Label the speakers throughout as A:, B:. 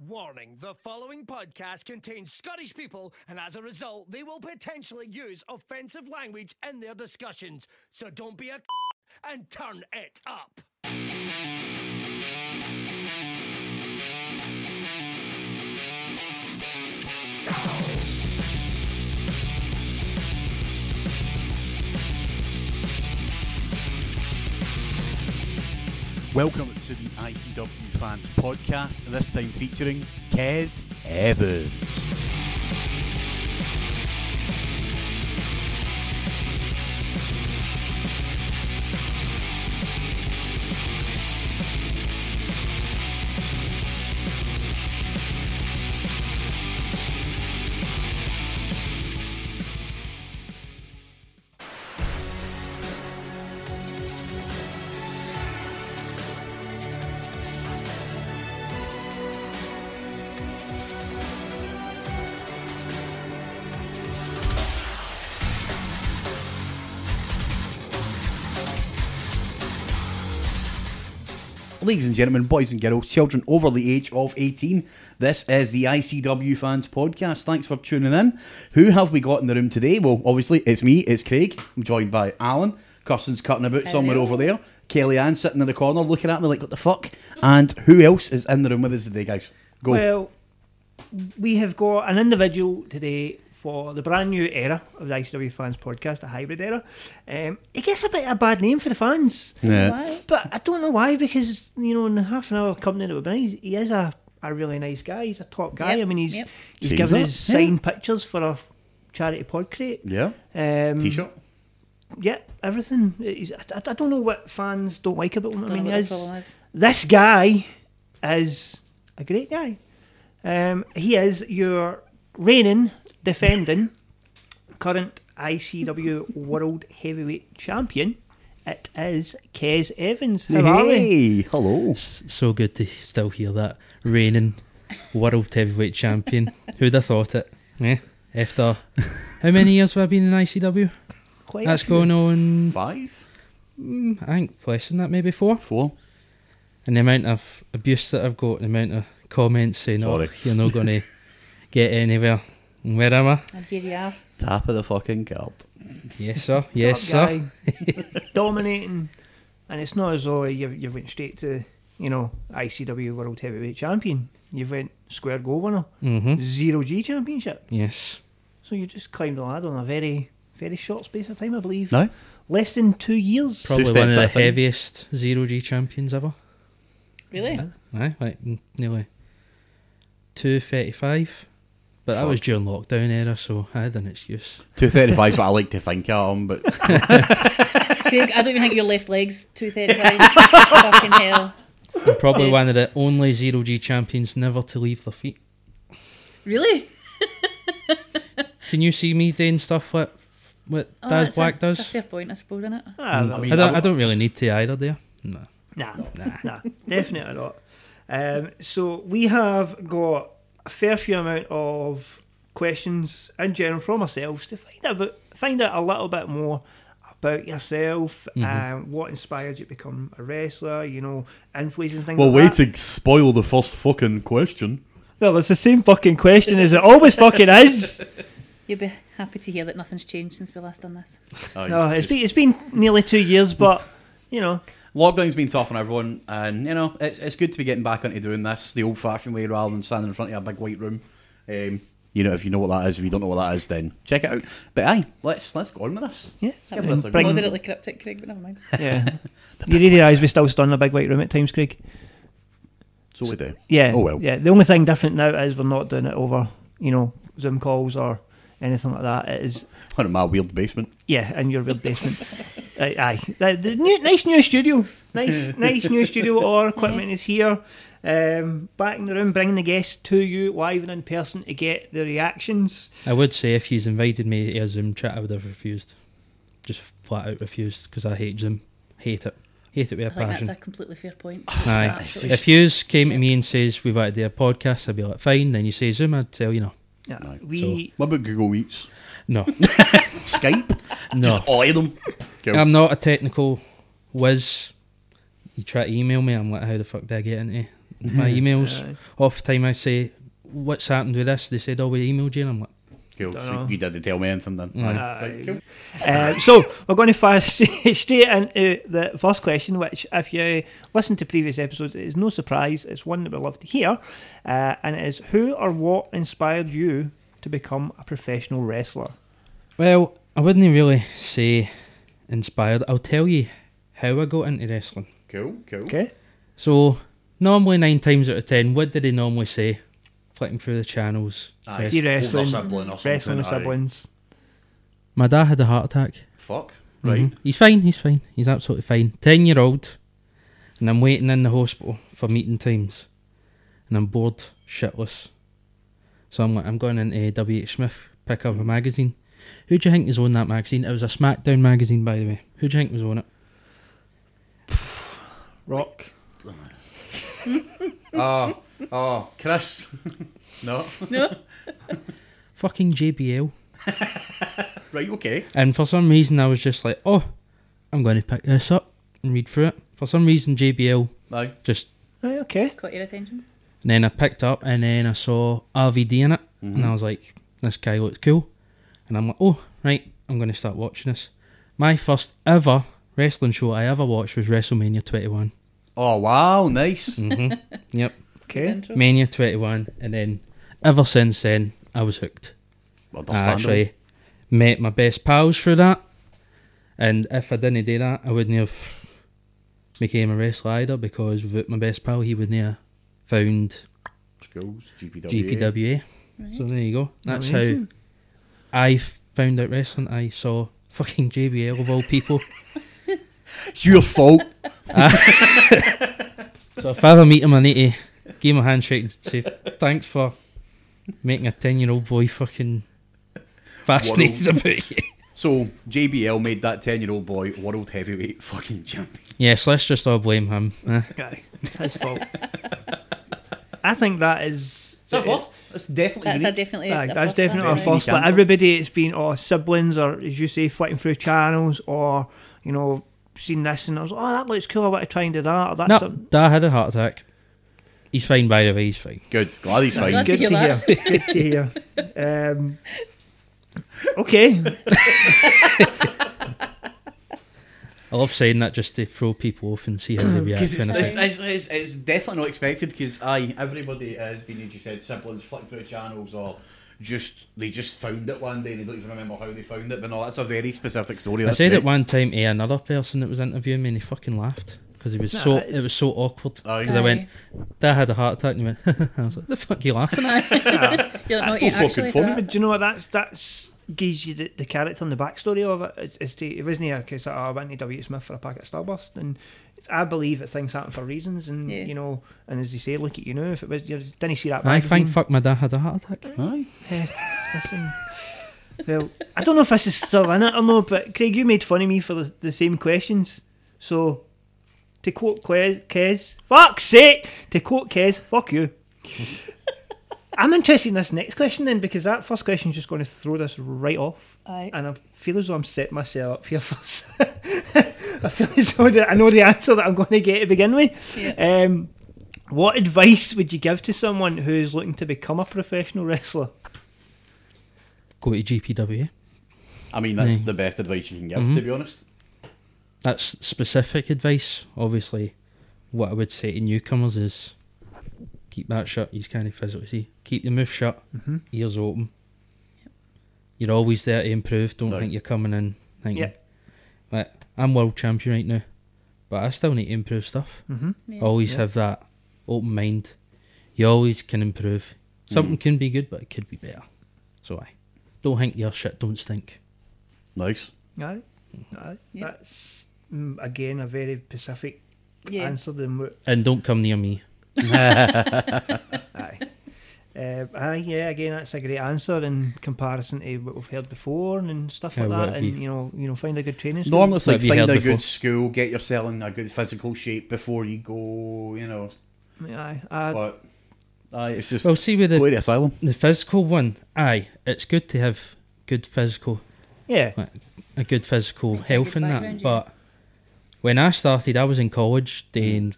A: Warning the following podcast contains Scottish people, and as a result, they will potentially use offensive language in their discussions. So don't be a c- and turn it up.
B: Welcome to the ICW Fans Podcast, this time featuring Kez Evans. Ladies and gentlemen, boys and girls, children over the age of 18, this is the ICW Fans Podcast. Thanks for tuning in. Who have we got in the room today? Well, obviously, it's me, it's Craig. I'm joined by Alan. Kirsten's cutting about somewhere over there. Kelly Ann sitting in the corner looking at me like, what the fuck? And who else is in the room with us today, guys? Go.
C: Well, we have got an individual today for the brand new era of the ICW Fans Podcast, a hybrid era. Um, it gets a bit of a bad name for the fans,
B: yeah.
D: Why?
C: but I don't know why because you know in the half an hour company that we've been, in, he's, he is a, a really nice guy. He's a top guy.
D: Yep,
C: I mean, he's
D: yep.
C: he's
B: Seems
C: given
B: that,
C: us
B: yeah.
C: signed pictures for our charity pod crate.
B: yeah.
C: Um,
B: T-shirt.
C: Yeah, everything. He's, I, I- I don't know what fans don't like about him. I
D: Don't know
C: mean,
D: what the
C: is,
D: problem is.
C: this guy is a great guy. Um, he is your reigning, defending, current ICW World Heavyweight Champion. It is Kez Evans. How are we?
B: Hey, hello.
E: so good to still hear that reigning world heavyweight champion. Who'd have thought it? Yeah. After how many years have I been in ICW?
C: Quite
E: That's going on.
B: Five,
E: I think question that maybe four.
B: four.
E: And the amount of abuse that I've got, the amount of comments saying,
B: Sorry.
E: "Oh, you're not going to get anywhere." And where am I?
D: And here you are.
B: Tap of the fucking card.
E: Yes, sir. Yes,
C: top
E: sir.
C: guy, dominating, and it's not as though you've you've went straight to you know ICW World Heavyweight Champion. You've went square goal winner,
E: Mhm.
C: zero G Championship.
E: Yes.
C: So you just climbed the ladder in a very very short space of time, I believe.
B: No?
C: less than two years.
E: Probably
B: steps
E: one of
B: at
E: the
B: a time.
E: heaviest zero G champions ever.
D: Really?
E: Aye, like n- nearly two thirty-five. But that was during lockdown era, so I had an excuse.
B: 235 is what I like to think at 'em, but
D: Craig, I don't even think your left leg's two thirty-five. Fucking hell.
E: I'm probably
D: Dude.
E: one of the only zero G champions never to leave their feet.
D: Really?
E: Can you see me doing stuff like f- what
D: Oh,
E: Daz
D: that's
E: Black
D: a, a
E: does?
D: fair point, I suppose, isn't it?
C: Ah, I mean,
E: I don't. I don't really need to either. There. No.
C: Nah, nah, nah, definitely not. Um, so we have got a fair few amount of questions in general from ourselves to find out about, find out a little bit more about yourself and what inspired you to become a wrestler. You know, influences and things.
B: Well,
C: like
B: way
C: that.
B: to spoil the first fucking question.
C: Well, it's the same fucking question as it always fucking is.
D: You'd be happy to hear that nothing's changed since we last done this.
B: Oh,
C: No, it's been it's been nearly two years, but you know,
B: Lockdown's been tough on everyone, and you know it's, it's good to be getting back into doing this the old-fashioned way rather than standing in front of a big white room. Um, you know, if you know what that is, if you don't know what that is, then check it out. But aye, let's let's go on with this.
C: yeah,
D: That
B: give us
D: was
B: a bring-
D: moderately cryptic, Craig, but never mind.
C: yeah. You realise we still stun the big white room at times, Craig.
B: So we do.
C: Yeah.
B: Oh well.
C: Yeah. The only thing different now is we're not doing it over, you know, Zoom calls or anything like that. It is
B: One in my weird basement.
C: yeah, in your weird basement. aye, aye. The, the new, nice new studio. Nice, nice new studio. Our equipment is here. Um, back in the room, bringing the guests to you live and in person to get the reactions.
E: I would say if he's invited me to a Zoom chat, I would have refused. Just flat out refused because I hate Zoom. Hate it. Hate it with a
D: I think
E: passion.
D: that's a completely fair point.
E: Aye.
D: Absolutely.
E: If yous came to me and says we've had to do a podcast, I'd be like, fine. Then you say Zoom, I'd tell you no.
C: Yeah,
B: Aye.
C: we
B: What about Google Meets,
E: No.
B: Skype?
E: No.
B: Just eye them. Go.
E: I'm not a technical whiz. You try to email me, I'm like, how the fuck did I get into my emails. Off time I say, what's happened with this? They said, oh, we emailed you. And I'm like,
B: Cool.
C: Don't
B: so
C: know.
B: you didn't tell me anything then.
E: Mm.
B: Aye. Right, cool.
C: Uh, so we're going to fast straight into uh, the first question, which, if you listen to previous episodes, it is no surprise. It's one that we love to hear, uh, and it is who or what inspired you to become a professional wrestler?
E: well, I wouldn't really say inspired. I'll tell you how I got into wrestling.
B: Cool. Cool.
C: Okay,
E: So, normally nine times out of ten, what did they normally say? Flicking through the channels.
B: Aye.
C: See wrestling,
B: Older sibling or something,
C: wrestling with
B: aye.
C: siblings.
E: My dad had a heart attack.
B: Fuck. Right.
E: Mhm. He's fine, he's fine. He's absolutely fine. 10 year old, and I'm waiting in the hospital for meeting times, and I'm bored shitless. So I'm like, I'm going into W.H. Smith, pick up a magazine. Who do you think was on that magazine? It was a SmackDown magazine, by the way. Who do you think was on it?
C: Rock.
B: Oh, oh, Chris. no.
E: Fucking JBL.
B: Right. Okay.
E: And for some reason, I was just like, oh, I'm going to pick this up and read through it. For some reason, JBL
B: Aye.
E: just
C: Aye, Oh, okay.
D: Caught your attention.
E: And then I picked up and then I saw RVD in it and I was like, this guy looks cool. And I'm like, oh, right, I'm going to start watching this. My first ever wrestling show I ever watched was WrestleMania 21.
B: Oh wow, nice.
E: Yep.
C: Okay.
D: Intro.
E: Mania 21. And then ever since then, I was hooked.
B: Well,
E: I actually met my best pals through that. And if I didn't do that, I wouldn't have became a wrestler either because without my best pal, he wouldn't have found
B: Schools, GPW.
E: GPWA. So there you go. That's
C: Amazing.
E: how I f- found out wrestling. I saw fucking JBL of all people.
B: It's your fault.
E: so if I ever meet him, I need to give him a handshake and say thanks for making a ten-year-old boy fucking fascinated about you.
B: so JBL made that ten-year-old boy world heavyweight fucking champion.
E: Yes, let's just all blame him. eh?
C: Aye, it's his fault. I think that is.
B: Is that first? That's definitely.
D: That's a
B: unique.
D: definitely.
C: Aye,
D: a
C: that's
D: first,
C: definitely our
D: isn't
B: Definitely
D: it?
C: first. Like
B: cancelled.
C: everybody, it's been oh siblings or as you say, flitting through channels or you know seen this and I was like, oh that looks cool. I want to try and do that. Or that's
E: No,
C: something.
E: Dad had a heart attack. He's fine, by the way. He's fine.
B: Good. Glad he's fine.
D: Glad
C: good to
D: to hear
C: hear. good to hear. Um, okay.
E: I love saying that just to throw people off and see how they react.
B: Because it's,
E: kind of
B: it's,
E: thing.
B: it's, it's, it's definitely not expected. Because aye, everybody has been, as you said, siblings flick through channels or just they just found it one day and they don't even remember how they found it. But no, that's a very specific story.
E: I
B: That's
E: said
B: great.
E: it one time to another person that was interviewing me, and he fucking laughed because he was
C: Nah,
E: so
C: it's-
E: it was so awkward.
B: Aye.
E: Because I went, Dad had a heart attack, and he went, I was like, "The fuck you laughing at?"
D: You're like, no,
B: not
D: you
B: fucking
D: actually
B: funny,
D: did
C: But do you know what? That's that's gives you the, the character and the backstory of it. It's, it's to, it wasn't a case of oh, I went to W. Smith for a packet of Starburst, and I believe that things happen for reasons. And
D: Yeah.
C: you know, and as you say, look at you now. If it was, you didn't see that.
E: I think
C: magazine.
E: fuck my dad had a heart attack.
B: Aye.
C: Listen. Well, I don't know if this is still in it or not, but Craig, you made fun of me for the, the same questions. So, to quote Que- Kez, fuck's sake! To quote Kez, fuck you. I'm interested in this next question then, because that first question's just going to throw this right off.
D: Aye.
C: And I feel as though I'm setting myself up here for. s- I feel as though that I know the answer that I'm going to get to begin with. Um, what advice would you give to someone who's looking to become a professional wrestler?
E: Go to GPWA.
B: I mean, that's
E: Aye.
B: the best advice you can give,
E: Mm-hmm.
B: to be honest.
E: That's specific advice. Obviously, what I would say to newcomers is keep that shut. You kind of physically see. Keep the mouth shut,
B: Mm-hmm.
E: ears open. You're always there to improve. Don't
B: Aye.
E: think you're coming in thinking,
C: Yeah.
E: like, I'm world champion right now, but I still need to improve stuff.
D: Yeah.
E: Always have that open mind. You always can improve.
B: Mm.
E: Something can be good, but it could be better. So I don't think your shit don't stink.
B: Nice.
C: Aye, aye.
D: Yeah.
C: That's mm, again a very specific
D: Yeah.
C: answer than what.
E: And don't come near me.
C: Aye. Uh, aye, yeah. Again, that's a great answer in comparison to what we've heard before and stuff
E: Yeah,
C: like
E: what
C: that.
E: have
C: And
E: you-
C: you know, you know, find a good training school.
B: Normally, it's
E: What
B: like
E: have you
B: find
E: heard
B: a
E: before?
B: good school, get yourself in a good physical shape before you go. You know,
C: Aye, aye.
B: but aye, it's just
E: Uh, Well, see with the
B: go to the asylum.
E: The physical one, aye, it's good to have good physical,
C: yeah.
E: like, a good physical health in that.
D: background, yeah.
B: Mm.
E: But when I started, I was in college doing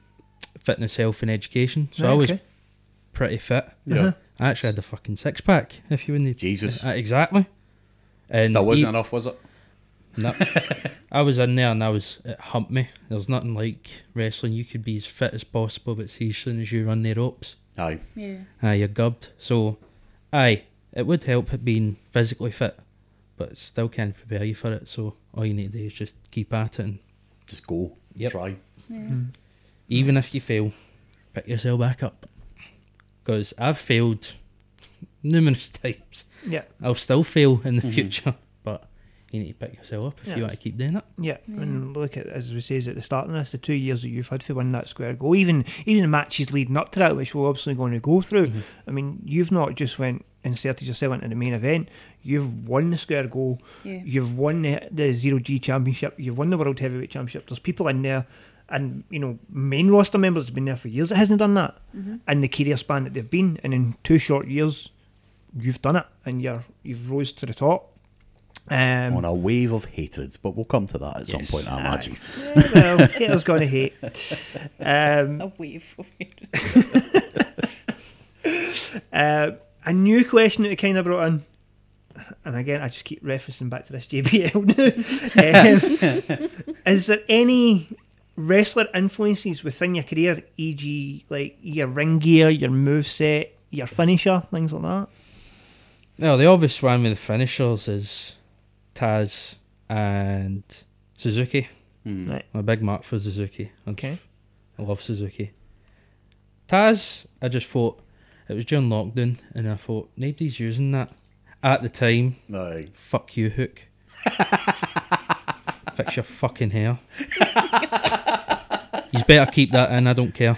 E: fitness, health, and education. So
C: Right,
E: I was
C: okay.
E: pretty fit.
B: Yeah.
E: I actually had a fucking six pack. If you wouldn't
B: Jesus.
E: Uh, exactly. And
B: Still wasn't
E: e-
B: enough, was it?
E: No. I was in there and I was it humped me. There's nothing like wrestling. You could be as fit as possible, but see, as soon as you run the ropes,
B: Aye.
D: Yeah.
E: aye, you're gubbed. So, aye, it would help it being physically fit, but it still can prepare you for it. So all you need to do is just keep at it, and
B: Just go.
E: Yep.
B: Try.
E: even if you fail, pick yourself back up. Because I've failed numerous times.
C: Yeah,
E: I'll still fail in the future, but you need to pick yourself up if you want to
C: Yes.
E: keep doing it.
C: yeah. And look at as we says at the start of this, the two years that you've had for winning that square goal, even even the matches leading up to that, which we're obviously going to go through. I mean, you've not just went inserted yourself into the main event. You've won the square goal.
D: Yeah.
C: You've won the, the zero G championship. You've won the world heavyweight championship. There's people in there. And you know, main roster members have been there for years. It hasn't done that, and the career span that they've been, and in two short years, you've done it, and you're you've rose to the top. Um,
B: On a wave of hatreds, but we'll come to that at some
E: Yes.
B: point, I imagine.
C: Yeah, Eh, well, haters gonna hate. Um,
D: A wave of
C: uh, a new question that we kind of brought in, and again, I just keep referencing back to this JBL now. um, is there any wrestler influences within your career, e.g., like your ring gear, your moveset, your finisher, things like that?
E: No, the obvious one with the finishers is Taz and Suzuki.
C: Right.
E: I'm a big mark for Suzuki. I-
C: Okay.
E: I love Suzuki. Taz, I just thought it was during lockdown, and I thought nobody's using that at the time.
B: Aye.
E: Fuck you, Hook. Fix your fucking hair. He's better keep that in, I don't care.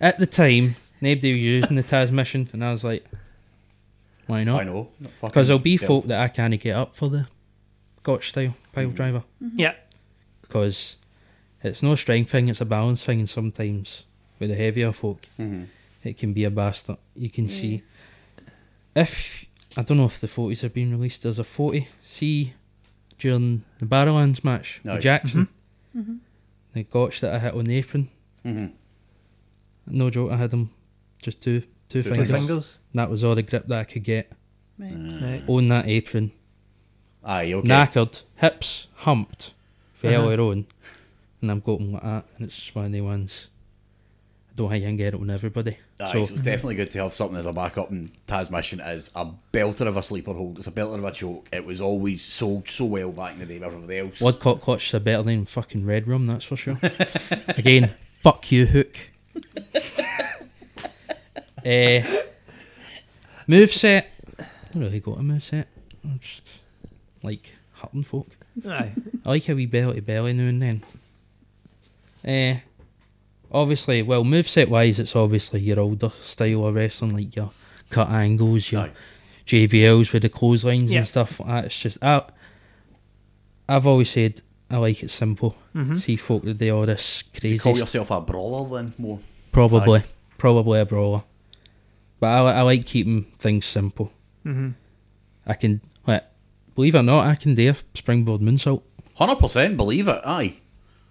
E: At the time, nobody was using the Taz mission, and I was like, why
B: I
E: not?
B: know. Not fucking-
E: Because there'll be
B: Yeah.
E: folk that I can't get up for the Gotch style pile driver.
C: Yeah.
E: Because it's no strength thing, it's a balance thing, and sometimes with the heavier folk, it can be a bastard. You can see. If I don't know if the 40s have been released, there's a 40. See, during the Barrowlands match
B: Aye.
E: with Jackson, the Gotch that I hit on the apron, Mm-hmm.
B: Mhm.
E: no joke, I had him just two, two
B: Two
E: fingers.
C: Two fingers.
E: And that was all the grip that I could get
D: Right.
C: Right.
E: on that apron.
B: Aye, okay. Uh-huh.
E: knackered, hips humped, fell her own, and I'm going like that, and it's just one of the ones. I don't think I can get it on everybody.
B: Aye, so,
E: so,
B: it's definitely good to have something as a backup, and Tasmission is a belter of a sleeper hold. It's a belter of a choke. It was always sold so well back in the day with everybody else.
E: Woodcock clutches are better than fucking Red Room, that's for sure. Again, fuck you, Hook. uh, move set. I don't really got a move set. I'm just like hurting folk.
C: Aye.
E: I like a wee belly to belly now and then. Eh, obviously, well, moveset wise, it's obviously your older style of wrestling, like your cut angles, your
B: Aye.
E: JBLs with the clotheslines
C: Yeah.
E: and stuff like that. It's just, I, I've always said I like it simple. See folk that do all this
B: Mm-hmm. you
E: crazy
B: call
E: stuff.
B: yourself a brawler then more.
E: Probably, probably a brawler. But I, I like keeping things simple. Mm-hmm. I can, like, believe it or not, I can do a springboard moonsault.
B: Hundred percent, believe it. Aye,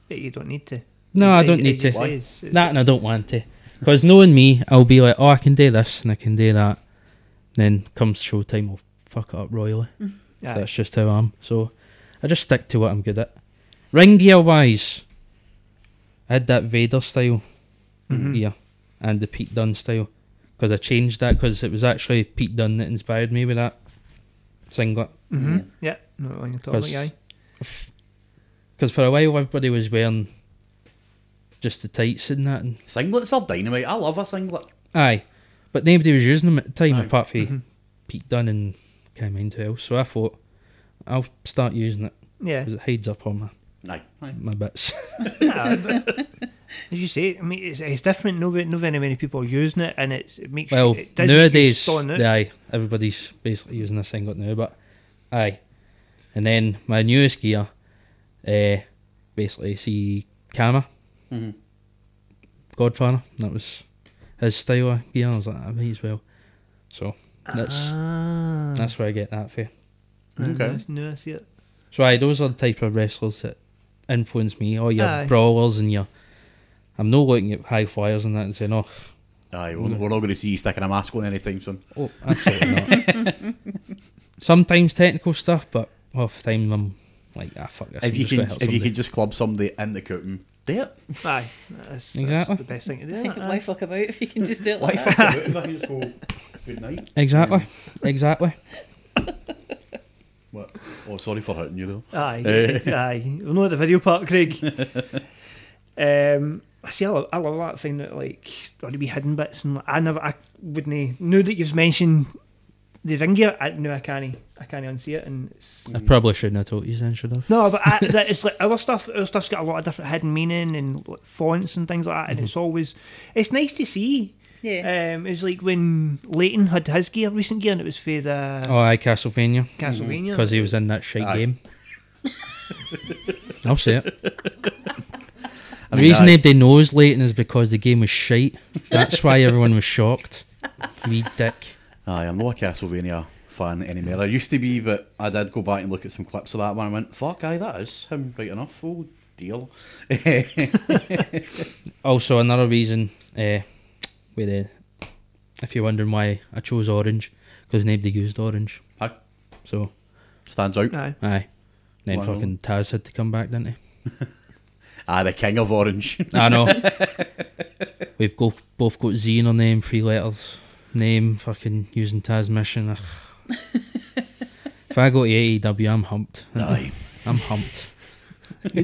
C: But you don't need to.
E: No, I
C: As-
E: don't
C: as
E: need to.
C: you say, it's- it's-
E: That and I don't want to. Because knowing me, I'll be like, oh, I can do this and I can do that. Then comes showtime, I'll fuck it up royally. So
C: aye.
E: that's just how I am. So I just stick to what I'm good at. Ring gear wise, I had that Vader style gear and the Pete Dunne style. Because I changed that because it was actually Pete Dunne that inspired me with that singlet.
C: Mm-hmm. Yeah. Not on your topic,
E: Because
C: aye.
E: for a while, everybody was wearing just the tights and that. And
B: singlets are dynamite. I love a singlet.
E: Aye, but nobody was using them at the time apart from
C: Mm-hmm.
E: Pete Dunne and can't mind who else. So I thought I'll start using it
C: Yeah.
E: because it hides up on my,
B: Aye, aye.
E: my bits.
C: As you say, I mean, it's, it's different. No, ve- no very many people are used it, and it's it makes
E: well,
C: it does make you
E: nowadays,
C: stone out.
E: aye, everybody's basically using a singlet now, but aye. And then my newest gear, uh, basically, see Kama, Godfather. That was his style of gear. I was like, I may as well. So that's
C: Ah,
E: that's where I get that for.
B: Okay.
C: that's- no, I see it.
E: So aye, those are the type of wrestlers that influence me, or your
C: Aye.
E: brawlers and your I'm no looking at high flyers and that and saying, oh,
B: Aye, we're, we're not going to see you sticking a mask on anytime soon.
E: oh absolutely not. Sometimes technical stuff, but half the time I'm like, ah, fuck this. I'm
B: if you
E: just gonna
B: can,
E: hit
B: if you
E: somebody."
B: can just club somebody in the cooking, do it.
C: Aye, that's,
E: Exactly.
C: that's the best thing to do. isn't it?
D: Why fuck about if you can just do it
B: Why
D: like that?
B: fuck about if I can just go good night?
E: Exactly. Exactly.
B: What? Oh, sorry for hurting you though.
C: Aye,
B: Eh.
C: aye. We're not at the video part, Craig. um, I see. I love, I love that thing that like got to be hidden bits, and I never, I wouldn't. Now that you've mentioned the thing here, I no, I can't, I can't unsee it, and it's,
E: I probably shouldn't have told you then, should I?
C: no, but I, that it's like our stuff. Our stuff's got a lot of different hidden meaning and like, fonts and things like that, and
E: Mm-hmm.
C: it's always, it's nice to see.
D: Yeah.
C: Um, it was like when Leighton had his gear recent gear, and it was for the
E: Oh, aye, Castlevania.
C: Castlevania.
E: Because he was in that shite
B: Aye.
E: game. I'll say it. The
B: mean,
E: reason
B: aye.
E: nobody knows Leighton is because the game was shite. That's why everyone was shocked. Wee dick.
B: Aye, I'm not a Castlevania fan anymore. I used to be, but I did go back and look at some clips of that one. I went, "Fuck, aye, that is him right enough." Oh dear.
E: Also, another reason, uh, with uh, if you're wondering why I chose orange, because nobody used orange.
B: Aye.
E: So,
B: Stands out.
C: Aye.
E: aye. Then
B: Wow.
E: fucking Taz had to come back, didn't he?
B: Ah, the king of orange.
E: I know. We've go, both got Z in our name, three letters. Name, fucking using Taz mission. ugh. if I go to AEW, I'm humped.
B: Aye.
E: I'm humped.
C: You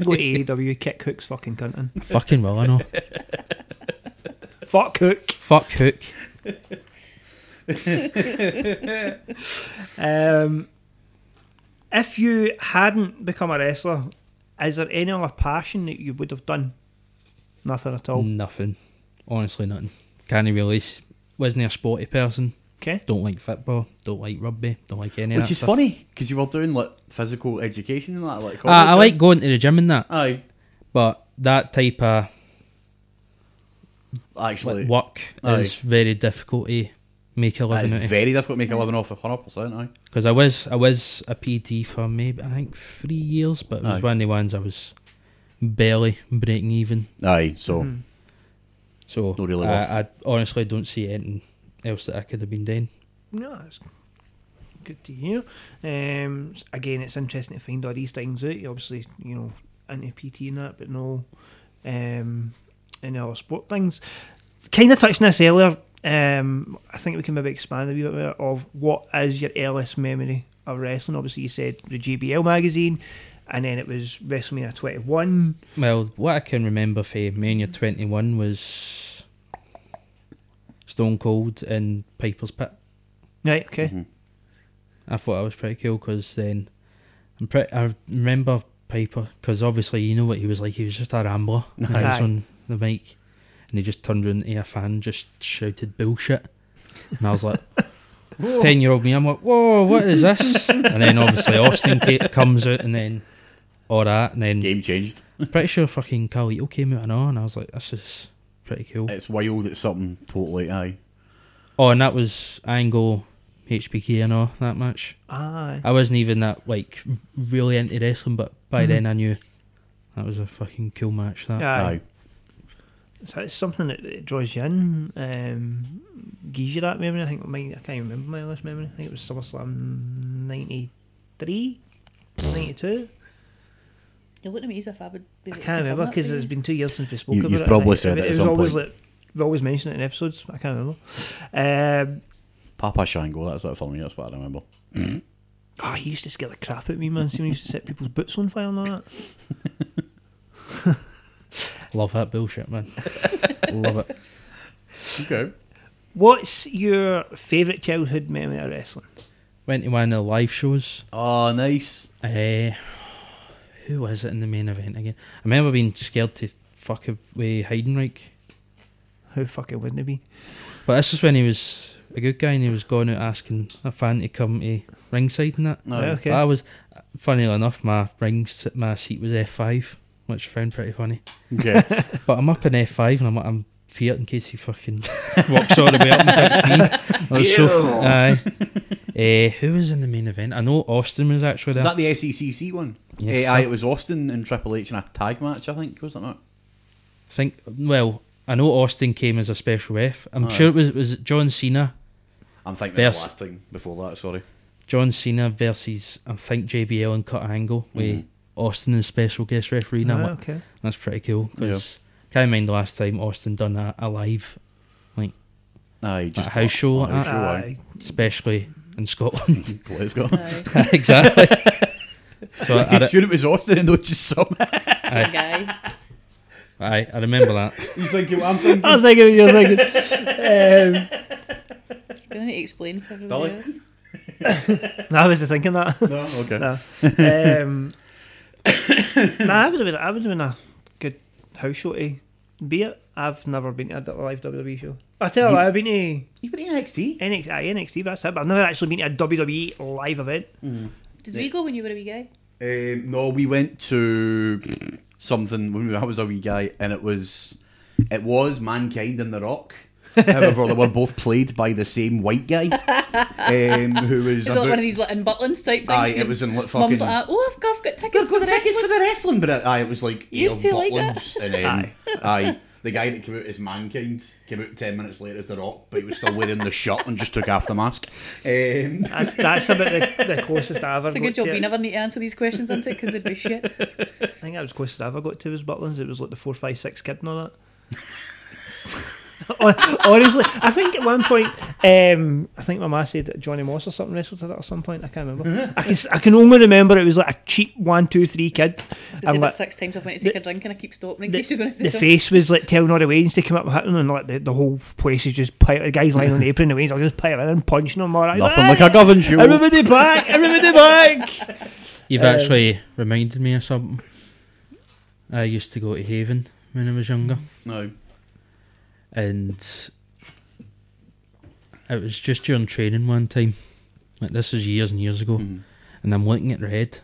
C: go to AEW, kick Hook's fucking cunting.
E: I fucking well, I know.
C: Fuck Hook.
E: Fuck Hook.
C: Um, if you hadn't become a wrestler, is there any other passion that you would have done? Nothing at
B: Oh.
C: all.
E: Nothing. Honestly, nothing. Can't release. Wasn't he a sporty person?
C: Okay.
E: Don't like football. Don't like rugby. Don't like any of
B: Which
E: that
B: is
E: stuff.
B: funny because you were doing like physical education and that, like.
E: Ah, I
B: college, eh?
E: like going to the gym and that,
B: Aye,
E: but that type of
B: actually,
E: like, work
B: Aye.
E: is very difficult to make a
B: that is
E: living out of.
B: very difficult to make a living off of hundred percent. Aye.
E: Because I was I was a PT for maybe I think three years, but it was
B: Aye.
E: one of the ones I was barely breaking even.
B: Aye, so
E: Hmm. So
B: Not really worth
E: I, I honestly don't see anything else that I could have been doing.
C: No, that's good to hear. Um, s- again, it's interesting to find all these things out. You obviously, you know, into PT and that, but no, um, any other sport things. Kind of touched on this earlier. Um, I think we can maybe expand a wee bit more of what is your earliest memory of wrestling. Obviously, you said the GBL magazine, and then it was WrestleMania 21.
E: Well, what I can remember for Mania 21 was Stone Cold and Piper's Pit.
C: Right, okay.
E: I thought that was pretty cool because then I'm pretty, I remember Piper because obviously you know what he was like. He was just a rambler. He was
C: Aye.
E: on the mic and he just turned around to a fan, just shouted bullshit, and I was like. Ten year old me, I'm like, whoa, what is this? and then obviously Austin ca- comes out, and then all that, and then
B: game changed.
E: pretty sure fucking Carlito came out and all, and I was like, this is pretty cool.
B: It's wild. It's something totally. Aye.
E: Oh, and that was Angle, HBK, and all that match.
C: Aye.
E: I wasn't even that like really into wrestling, but by then I knew that was a fucking cool match. That
B: Aye.
C: So it's something that, that draws you in. Um, gives you that memory. I think mine. I can't remember my last memory. I think it was SummerSlam 93, 92.
D: You're looking at me as if I would be
C: I
D: able to
C: can't
D: confirm
C: remember
D: that
C: because
D: for
C: it's
D: you.
C: been two years since we spoke
B: You-
C: about
B: you've
C: it. I
B: probably
C: think.
B: said
C: But
B: it at
C: it was
B: some
C: always
B: point.
C: Like, we always mention it in episodes. I can't remember. Um,
B: Papa Shango. That's what for me. That's what I remember.
C: oh, he used to scare the crap out of me, man. See when he used to set people's boots on fire and all that.
E: love that bullshit, man. love it.
B: Okay.
C: What's your favourite childhood memory of wrestling?
E: Went to one of the live shows.
B: Oh, nice.
E: Uh, who was it in the main event again? I remember being scared to fuck away Heidenreich.
C: How fucking wouldn't it be?
E: But this is when he was a good guy and he was going out asking a fan to come to ringside and that.
B: No.
C: Right, okay.
E: I was, funnily enough, my ring, se- my seat was F5, which I found pretty funny.
B: Okay.
E: But I'm up in F5 and I'm like, I'm feared in case he fucking walks all the way up and picks me. I was so f- aye. Eh, who was in the main event? I know Austin was actually there.
B: Is that the SECC one?
E: Yes,
B: Eh, aye,
E: sir.
B: it was Austin and Triple H in a tag match. I think was it not?
E: think well, I know Austin came as a special ref. I'm sure it was was it John Cena.
B: I'm thinking of the
E: Vers-
B: last time before that, sorry.
E: John Cena versus I think JBL and Cut Angle with Austin as special guest referee. And I'm
C: Ah,
E: like,
C: okay.
E: That's pretty cool. 'cause Can't mind the last time Austin done a, a live, like
B: Aye, just
E: house show
B: on a house
E: like that.
B: show, aye.
C: Aye.
E: especially in Scotland.
B: Let's go.
D: Aye,
E: exactly. so I, I,
B: I'm
E: re-
B: sure it was Austin and not just some.
D: some guy.
E: aye, I remember that.
B: He's thinking, well, I'm thinking.
C: I'm thinking, you're thinking. Um,
D: You're going to explain for everybody
B: Dolly?
D: else.
C: no, I was thinking that.
B: No, okay.
C: No. Um, nah, I would have been. I would have been a good house show to be at. I've never been to a live WWE show. I tell you, what, I've been to uh,
B: You've been to NXT?
C: NXT, aye, NXT, that's it. But I've never actually been to a WWE live event.
D: Did we go when you were a wee guy?
B: Um, no, we went to something when I was a wee guy, and it was it was Mankind and The Rock. However, they were both played by the same white guy, um, who was
D: Is that like
B: about-
D: one of these like, in Butlins type things?
B: Aye, it
D: and
B: was in, like, fucking-
D: Mum's like, that, oh, I've got, I've got tickets for the
B: Tickets
D: next
B: for
D: one.
B: the wrestling, but uh, I, it was like
D: Used
B: Aeon
D: to like
B: Butlins, and then aye.
C: Aye.
B: the guy that came out as Mankind came out ten minutes later as The Rock, but he was still wearing the shirt and just took off the mask. Um,
C: That's, that's about the, the closest I ever
D: It's a
C: got
D: good job
C: to
D: we
C: it.
D: never need to answer these questions on it because they'd be shit.
C: I think that was the closest I ever got to was Butlins. It was like the four, five, six kid and all that. Hon- Honestly, I think at one point, um, I think my ma said that Johnny Moss or something wrestled at it at some point. I can't remember. I can, I can only remember it was like a cheap one, two, three kid.
D: I said
C: like,
D: that six times I've went to take a drink and I keep stopping in
C: the,
D: case you're going to say
C: the
D: something.
C: face was like telling all the Wayans to come up and hit him, and like the, the whole place is just piled. The guy's lying on the apron, the Wayans are just piling and punching him. All right,
B: nothing like a government show.
C: Everybody back! Everybody back!
E: You've actually reminded me of something. I used to go to Haven when I was younger,
B: No,
E: and it was just during training one time. Like this was years and years ago,
B: Mm-hmm.
E: and I'm looking at Red,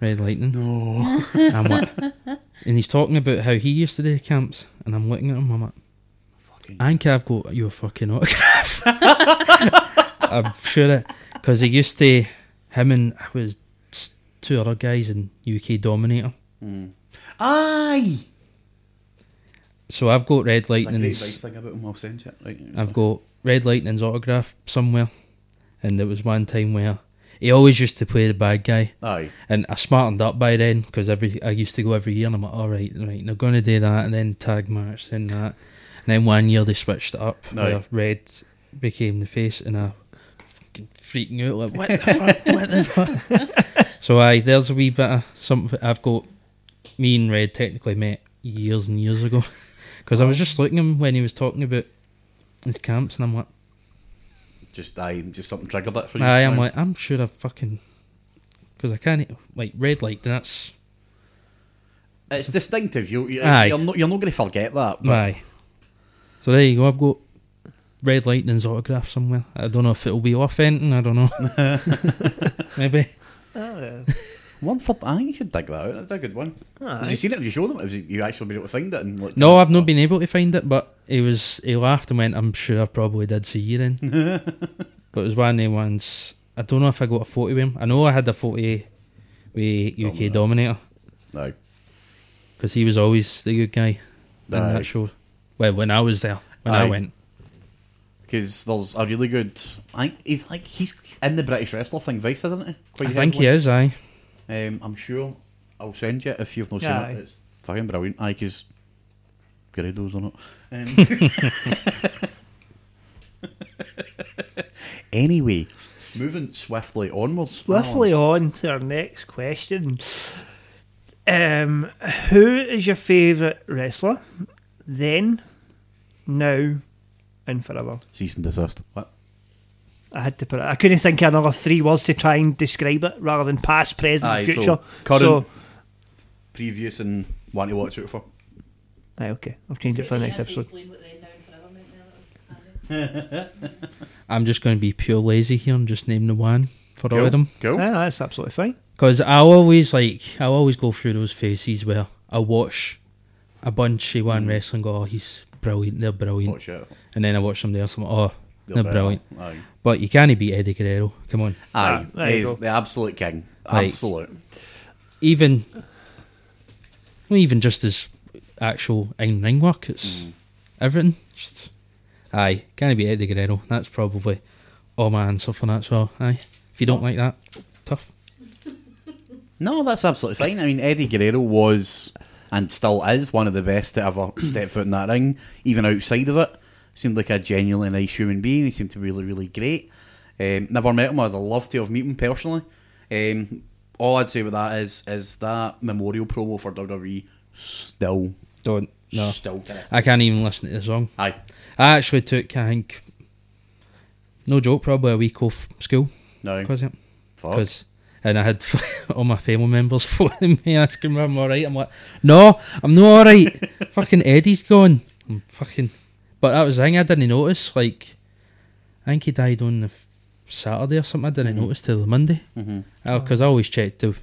E: Red Lightning. No. I'm like, and he's talking about how he used to do camps, and I'm looking at him. I'm like,
B: fucking
E: I think I've got your fucking autograph. I'm sure it because he used to him and I was two other guys in UK Dominator.
B: aye.
E: So I've got Red
B: It's a great vice
E: Lightning's
B: thing about him. I'll send you it. Right, it's
E: I've got Red Lightning's autograph somewhere, and there was one time where he always used to play the bad guy.
B: Aye.
E: And I smartened up by then because every I used to go every year and I'm like, all right, right, they're going to do that and then tag match, then that. And then one year they switched it up.
B: Aye.
E: where Red became the face and I fucking freaking out like, what the fuck, what the fuck. so aye, there's a wee bit of something I've got. Me and Red technically met years and years ago because I was just looking at him when he was talking about his camps and I'm like,
B: Just aye, just something triggered that for you.
E: I am
B: Aye.
E: like, I'm sure I fucking. Because I can't. e-, Like, red light, that's.
B: It's distinctive. You, you,
E: Aye.
B: you're not, you're not going to forget that. But
E: Aye. So there you go. I've got Red Lightning's autograph somewhere. I don't know if it'll be off anything. I don't know. Maybe.
B: one for aye, you should dig that out. That'd be a good one. Have you seen it? Have you showed them? it? Have you, you actually been able to find it? And look,
E: No, I've not been able to find it, but he was. He laughed and went, "I'm sure I probably did see you then." but it was one of the ones. I don't know if I got a photo with him. I know I had a photo with UK Dominator
B: No.
E: because he was always the good guy in
B: Aye.
E: that show. Well, when I was there, when I
B: Aye.
E: went.
B: Because there's a really good. I think he's like he's in the British wrestler thing, Vice, isn't he? Quite
E: I think he
B: heavily.
E: is, aye.
B: Um, I'm sure. I'll send you it if you've not
C: Aye.
B: seen it. It's fucking brilliant. Aye, because Grado's on it. Um, anyway, moving swiftly onwards. Ah,
C: Swiftly
B: Oh.
C: on to our next question. Um, who is your favourite wrestler? Then, now, and forever.
B: Cease and desist. What?
C: I had to put it. I couldn't think of another three words to try and describe it, rather than past, present,
B: Aye, so
C: future.
B: current-
C: So-
B: Previous and want to watch it for.
C: aye, okay, I'll change it for the next episode.
E: I'm just going to be pure lazy here and just name the one for all
B: Cool.
E: of them.
B: Cool.
C: Ah, that's absolutely fine.
E: Because I always like, I always go through those phases where I watch a bunch of one wrestling, go, oh, he's brilliant, they're brilliant.
B: Watch it.
E: And then I watch somebody else, I'm like, oh, they're,
B: better.
E: brilliant.
B: Aye.
E: But you can't beat Eddie Guerrero. Come on.
B: Aye.
C: there you
B: he's
C: go.
B: the absolute king.
E: Like-
B: Absolute.
E: Even, well, even just as actual in ring work. It's everything. Just- aye, can't be Eddie Guerrero. That's probably all my answer for that. So aye, if you don't like that, tough.
B: No, that's absolutely fine. I mean, Eddie Guerrero was and still is one of the best to ever step foot in that ring, even outside of it. Seemed like a genuinely nice human being. He seemed to be really, really great. Um, never met him. I'd love to have met him personally. Um, all I'd say with that is is that memorial promo for WWE still
E: Don't no.
B: still to this
E: I can't even listen to the song.
B: Aye.
E: I actually took, I think, no joke, probably a week off school
B: No.
E: because it.
B: Fuck.
E: Cause, and I had all my family members phoning me asking me if I'm alright. I'm like, no, I'm not alright. fucking Eddie's gone. I'm fucking. But that was the thing I didn't notice. Like, I think he died on the f- Saturday or something. I didn't notice till the Monday. Because I always checked the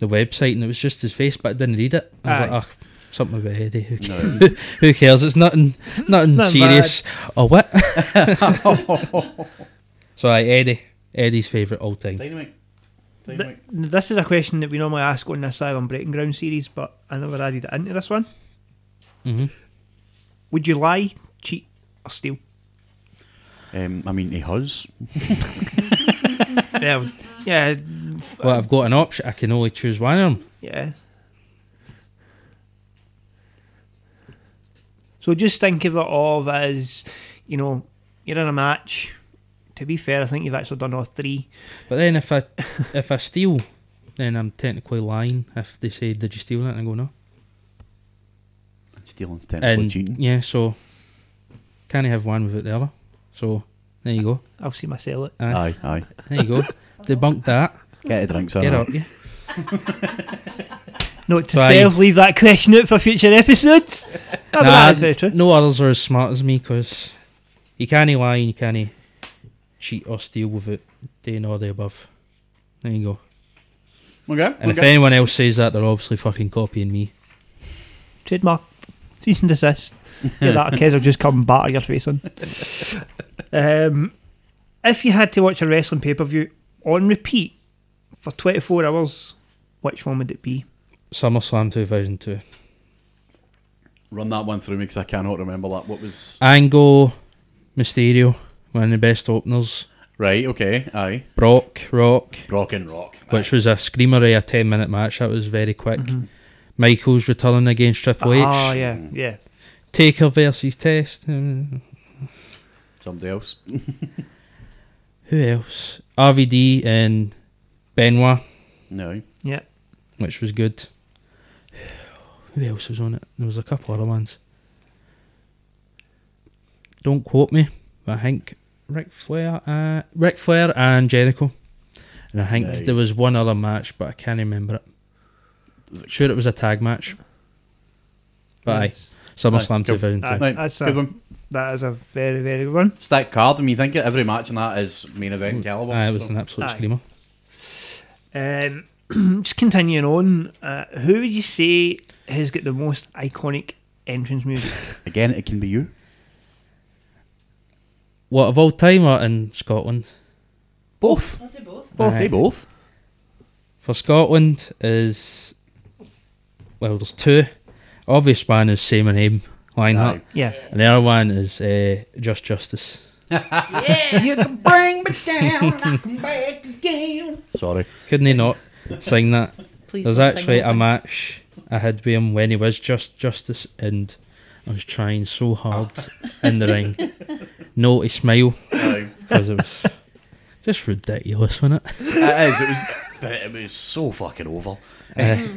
E: the website and it was just his face, but I didn't read it. I was
C: Aye.
E: like, oh, something about Eddie. Who cares? Who cares? It's nothing, nothing,
C: Nothing
E: serious. Or what? so, aye, Eddie. Eddie's favourite all time.
B: Dynamite.
C: Th-
B: Dynamite.
C: this is a question that we normally ask on the Asylum Breaking Ground series, but I never added it into this one.
B: Mm-hmm.
E: Mhm.
C: Would you lie, cheat, or steal?
B: Um, I mean, he has.
C: yeah, yeah,
E: Well, I've got an option. I can only choose one of them.
C: yeah. So just think of it all as, you know, you're in a match. To be fair, I think you've actually done all three.
E: But then if I if I steal, then I'm technically lying. If they say, "Did you steal it?" and I go, "No,"
B: Stealing's technical
E: and
B: cheating.
E: yeah, so can't have one without the other. So there you go.
C: I'll see myself.
E: Aye.
B: Aye, aye.
E: There you go. Debunk that.
B: Get a drink, son.
E: Get up. Yeah.
C: Note to
E: Right.
C: self, leave that question out for future episodes. No, but that is very true.
E: no others are as smart as me because you can't lie and you can't cheat or steal without doing all the above. There you go.
B: Okay.
E: And if
B: okay.
E: anyone else says that, they're obviously fucking copying me.
C: Trademark. Cease and desist. Yeah, that kids will just come and batter your face on. Um, if you had to watch a wrestling pay per view on repeat for 24 hours, which one would it be?
E: SummerSlam 2002.
B: Run that one through me because I cannot remember that. What was
E: Angle, Mysterio, one of the best openers.
B: right? Okay, aye.
E: Brock, Rock,
B: Rock and rock.
E: which was a screamer, eh, a 10 minute match. That was very quick. Michaels returning against Triple H.
C: Mm-hmm. Ah, yeah, yeah.
E: Taker versus Test. Mm,
B: Somebody else.
E: Who else? RVD and Benoit,
B: No.
C: Yeah.
E: which was good. Who else was on it? There was a couple other ones. Don't quote me, but I think Ric Flair, uh, Ric Flair and Jericho. And I think
B: Aye.
E: there was one other match, but I can't remember it. Sure, it was a tag match. But aye,
B: Aye,
E: SummerSlam
B: cool.
E: 2002.
C: Aye.
B: Right,
C: that's
B: good
C: a-
B: one.
C: That is a very, very good one.
B: Stack card. I mean, you think it, every match in that is main event caliber.
E: Aye, it was
B: so-
E: an absolute
C: Aye.
E: screamer.
C: Um, just continuing on, uh, who would you say has got the most iconic entrance music?
B: Again, it can be you.
E: What, of all time or in Scotland?
B: Both.
D: I'll do both.
B: Both.
E: Aye.
B: They both.
E: For Scotland is... Well, there's two. Obvious one is Same and Aim, Lionheart.
B: Aye.
C: Yeah.
E: And the other one is uh, Just Justice.
D: Yeah.
B: Sorry.
E: Couldn't they not sing that?
D: Please
E: There's
D: don't sing
E: actually
D: those
E: a
D: in-
E: match I had with him when he was just Justice, and I was trying so hard in the ring not to smile
B: Aye.
E: because it was just ridiculous, wasn't it?
B: it is. It was. But it was so fucking over.
E: Eh,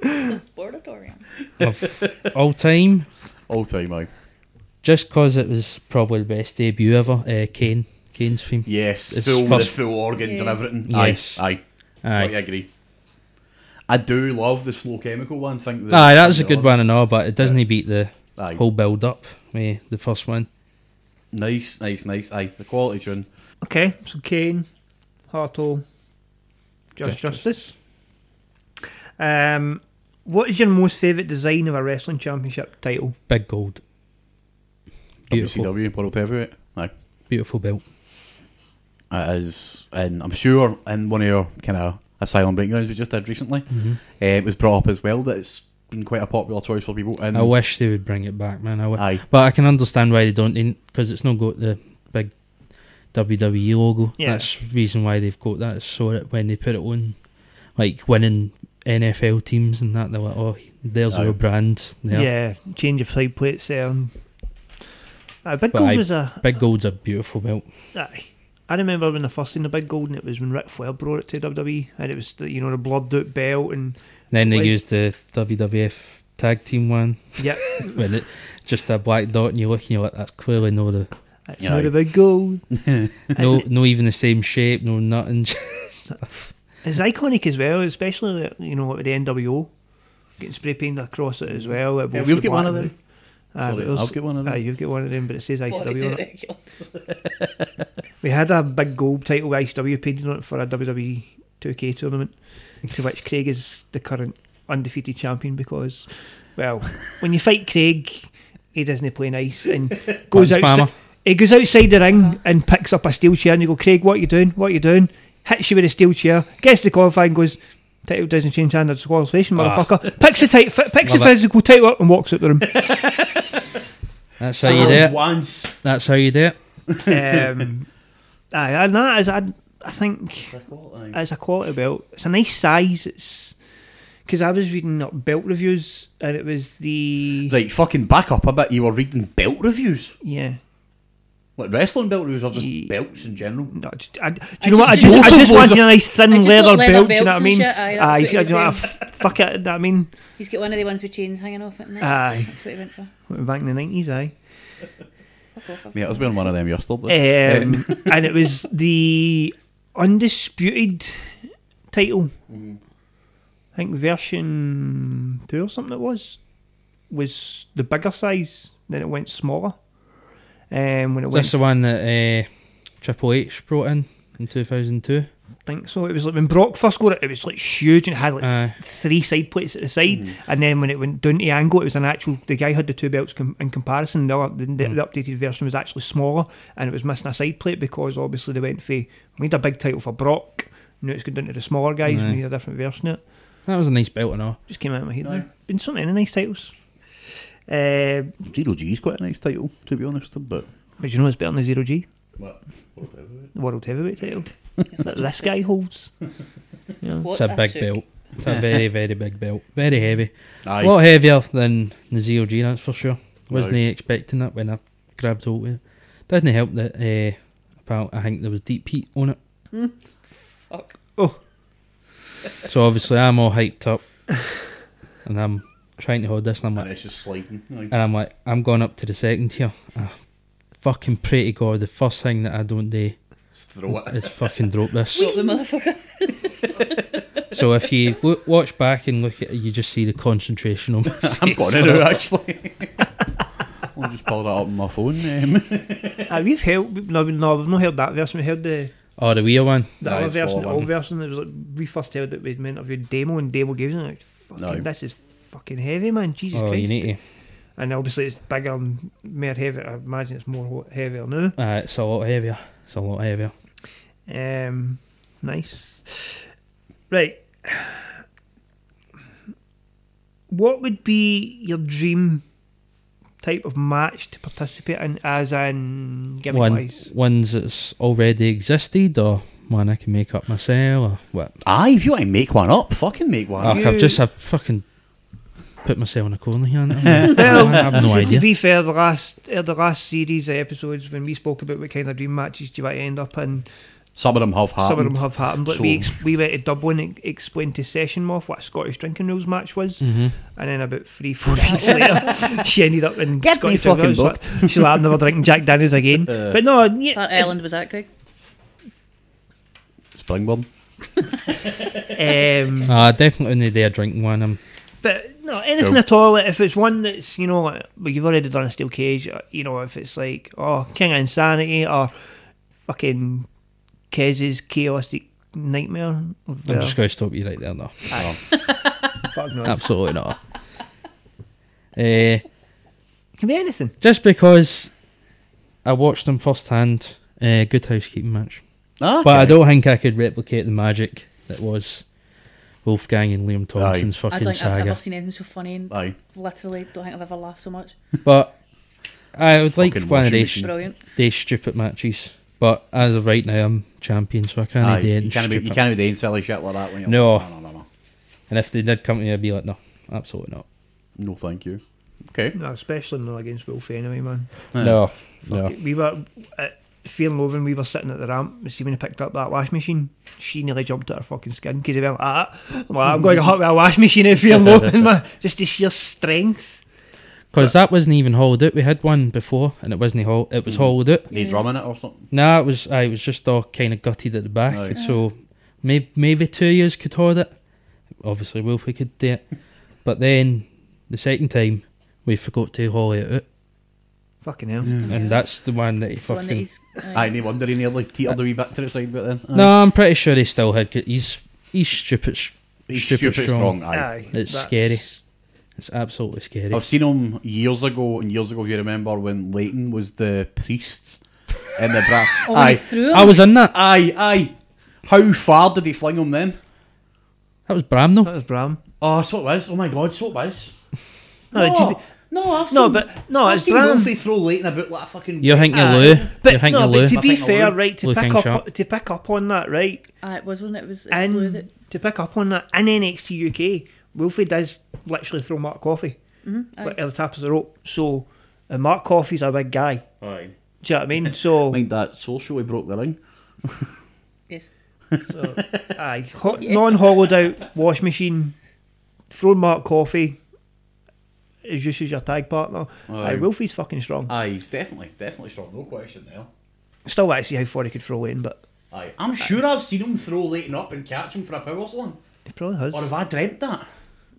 D: Sportatorium.
E: of all time,
B: All time, aye.
E: just because it was probably the best debut ever. Uh, Kane, Kane's theme.
B: Yes.
E: It's
B: full
E: first-
B: the full organs and
D: Yeah.
B: everything.
E: Yes.
B: Aye. Aye.
E: Aye.
B: Aye. I agree. I do love the slow chemical one. Think.
E: Aye, that was a good one and all, but it doesn't beat the
B: Aye.
E: whole build up. with the first one.
B: Nice, nice, nice. Aye. The quality tune.
C: Okay, so Kane, Hartle, Just,
E: Just
C: Justice. Um, what is your most favourite design of a wrestling championship title?
E: Big gold. Beautiful,
B: WCW World Heavyweight. Aye.
E: beautiful belt.
B: It is, and I'm sure in one of your kind of Asylum Breakgrounds we just did recently.
E: Mm-hmm.
B: Uh, it was brought up as well that it's been quite a popular choice for people. And
E: I wish they would bring it back, man. I w-
B: Aye.
E: But I can understand why they don't, because it's not got the big WWE logo.
C: Yeah.
E: That's the reason why they've got that. So that when they put it on, like winning NFL teams and that, they're like, oh, there's
B: Aye.
E: our brand.
C: Yeah.
E: Yeah.
C: change of side plates there. Um, uh, Big
E: But
C: Gold
E: I-
C: was a.
E: Big Gold's a beautiful belt.
C: Aye. I remember when I first seen the Big Gold, and it was when Ric Flair brought it to WWE, and it was the, you know the blood out belt and
E: Then they
C: Like-
E: used the WWF tag team one,
C: yeah,
E: with it just a black dot, and you look and you're like, that's clearly no the
C: it's
B: Yeah,
C: not
B: aye.
C: a Big Gold.
E: no no even the same shape, no nothing.
C: It's iconic as well, especially like, you know with the NWO getting spray painted across it as well.
B: Yeah, we've got one of them.
C: Uh,
B: Sorry, I've got one of them.
C: you've got one of them, but it says
D: What we
C: ICW
D: do
C: on it.
D: regularly.
C: We had a big gold title with ICW painted on it for a WWE 2K tournament, to which Craig is the current undefeated champion because, well, when you fight Craig, he doesn't play nice and goes
E: Punch
C: outside.
E: bomber.
C: He goes outside the ring and picks up a steel chair, and you go, Craig, what are you doing? What are you doing? Hits you with a steel chair, gets the qualifying, goes. Title doesn't change hand, it's a qualification,
E: Ah.
C: motherfucker. Picks the title, picks the
E: Love it.
C: physical title up and walks out the room.
E: That's how you do it.
B: Once.
E: That's how you do it.
C: um, aye, and that is, I, I think, it's a quality belt. It's a nice size. It's because I was reading up belt reviews, and it was the
B: Right, fucking back up a bit. You were reading belt reviews.
C: yeah.
B: Like wrestling belt reviews or just
C: Ye-
B: belts in general?
C: No, I just, I, do you know what? I
D: just-
C: just,
B: Both
C: I just
B: of those
C: wanted a nice thin
D: I just
C: leather,
D: want leather
C: belt. Do you know
D: belts
C: what I
D: and
C: mean?
D: shit, aye, that's what he
C: you
D: was
C: know what I
D: doing.
C: f- fuck it. That I mean,
D: He's got one of the ones with chains hanging off it. Aye.
C: aye,
D: That's what he went for.
C: back in the nineties, aye.
D: Fuck off.
B: Yeah, I was wearing one of them yesterday. Eh,
C: Um, and it was the undisputed title. I think version two or something it was was the bigger size. Then it went smaller. Um, when it went,
E: That's the one that uh, Triple H brought in in 2002.
C: I think so. It was like when Brock first got it, it was like huge and had like
E: Aye.
C: th- three side plates at the side. And then when it went down to angle, it was an actual. The guy had the two belts com- in comparison. The, other, the, the-
E: Mm.
C: the updated version was actually smaller, and it was missing a side plate because obviously they went for we need a big title for Brock. Now it's going down to the smaller guys.
E: Aye.
C: We need a different version. of It
E: That was a nice belt and all.
C: just came out of my head. there. Been so many nice titles. Uh,
B: Zero G's quite a nice title, to be honest, but.
C: but you know what's better than the zero G? The world heavyweight title that this guy holds. Yeah.
E: It's a big belt. It's a very, very big belt. Very heavy.
B: Aye.
E: A lot heavier than the ZLG, that's for sure. Wasn't
B: Aye.
E: expecting that when I grabbed hold of it. Didn't help that uh, about I think there was Deep Heat on it.
D: Fuck.
C: Oh,
E: So obviously I'm all hyped up and I'm trying to hold this and I'm
B: And
E: like
B: it's just sliding. Like,
E: and I'm like I'm going up to the second tier. Ah, fucking pray to God the first thing that I don't do
B: just throw it.
E: is fucking drop this.
D: Drop the motherfucker.
E: So if you w- watch back and look at it, you just see the concentration on my face.
B: I'm going to now, actually. I'll just pull that up on my phone. Um,
C: aye, we've held. No, no, we've not heard that version. We heard the
E: Oh, the wheel one.
C: The
B: Aye,
C: other
B: it's
C: version, the
B: all
C: old
B: one.
C: version, it was like we first heard it with men of your demo, and demo gave it like, fucking,
B: No.
C: this is fucking heavy, man. Jesus
E: Oh,
C: Christ. er
E: you need
C: And obviously, it's bigger and more heavy. I imagine it's more ho- heavier now.
E: to. Uh, it's a lot heavier. It's a lot heavier.
C: Um, nice. Right. What would be your dream type of match to participate in, as in gimmick
E: One,
C: wise?
E: ones that's already existed, or one I can make up myself, or what?
B: Aye, if you want to make one up, fucking make one
E: Fuck,
B: up.
E: I've just I've fucking put myself in a corner here. haven't I? I have no
C: So To
E: idea.
C: be fair, the last uh, the last series of episodes when we spoke about what kind of dream matches do you want to end up in,
B: Some of them have happened.
C: some of them have happened. Like we
B: So-
C: ex- we went to Dublin and explained to Session Moth what a Scottish drinking rules match was,
E: Mm-hmm.
C: and then about three four weeks later, she ended up in
B: Get me
C: Scottish drinking
B: fucking
C: rules. Like, she's like, I'm never drinking Jack Daniels again. but no,
D: That
C: yeah,
D: island was that, Greg?
B: Springburn.
C: um,
E: Uh, definitely need to drink one. I'm
C: but no, anything
B: Cool.
C: at all. like, If it's one that's you know, like, well, you've already done a steel cage. uh, You know, if it's like oh King of Insanity or fucking Kez's chaotic nightmare.
E: I'm just going to stop you right there now.
C: Fuck no.
E: Absolutely not. Uh,
C: Can be anything.
E: just because I watched them firsthand, uh, good housekeeping match.
B: Ah,
E: But I
B: okay.
E: don't think I could replicate the magic that was Wolfgang and Liam Thompson's
D: I
E: fucking
D: don't think I've
E: saga.
D: ever seen anything so funny and
B: Aye.
D: literally don't think I've ever laughed so much.
E: But I would like
B: Fucking
E: one of
B: washing
E: these,
B: machine.
D: Brilliant.
E: these stupid matches. But as of right now, I'm champion, so I can't
B: Aye,
E: do anything
B: you can't be, you
E: stupid.
B: can't be doing silly shit like that when you're
E: No.
B: like, no, no, no, no,
E: And if they did come to me, I'd be like, no, absolutely not.
B: no, thank you. Okay,
C: No, especially not against Wolfie anyway, man.
E: No, no.
C: We were at Fearnloven, we were sitting at the ramp. and See, when I picked up that wash machine, she nearly jumped at her fucking skin because they went like that. I'm, like, I'm going to hot with a wash machine at Fearnloven, man. Just the sheer strength.
E: Because that wasn't even hauled out. We had one before, and it wasn't hauled. It
B: Mm.
E: was hauled out.
B: they drum in it or something.
E: Nah, it was. I was just all kind of gutted at the back.
B: Aye.
E: So maybe maybe two years could hold it. Obviously, Wolfie could do it. But then the second time we forgot to haul it out,
C: Fucking hell.
E: and that's the one that he
D: The one that
E: fucking.
D: he's, uh,
B: Aye, no wonder he nearly teetered a wee bit to the side, but then aye.
E: No, I'm pretty sure he still had. good- He's he's stupid. s-
B: he's stupid, strong. aye.
C: Aye,
E: It's
C: that's-
E: scary. It's absolutely scary.
B: I've seen him years ago, and years ago, if you remember, when Leighton was the priest in the bra.
D: oh, when he
B: aye,
D: threw him.
E: I was in that.
B: aye, aye. How far did he fling him then?
E: That was Bramnell.
C: That was Bram.
B: Oh, so it was. Oh my God, so it was.
C: No,
B: no,
C: to be-
B: no, I've seen.
C: No, but- no,
B: I've
C: it's
B: seen
C: Bram.
B: Wolfie throw Leighton about like a fucking.
E: You're thinking of
B: Ah,
E: Lou. You're
C: But,
E: thinking
C: no,
E: of Lou.
C: but to be
B: I think I
C: fair,
B: will.
C: right, to
E: Lou
C: pick
E: King
C: up
E: Sharp.
C: to pick up on that, right,
D: Aye, Uh, it was, wasn't it? It was, it was Lou
C: and
D: that-
C: to pick up on that in NXT UK, Wilfie does literally throw Mark Coffey
E: Mm-hmm.
C: like, at the top of the rope. So, and Mark Coffey's a big guy.
B: Aye.
C: Do you know what I mean? So,
B: Mind that social, he broke the ring.
D: Yes.
C: aye, ho- non-hollowed out wash machine, thrown Mark Coffey is just as your tag partner. Aye,
B: Aye.
C: Wilfie's fucking strong.
B: Aye, he's definitely, definitely strong. No question there.
C: Still want to see how far he could throw in, but
B: Aye. I'm sure I've seen him throw Leighton up and catch him for a power slam.
C: he probably has.
B: Or have I dreamt that?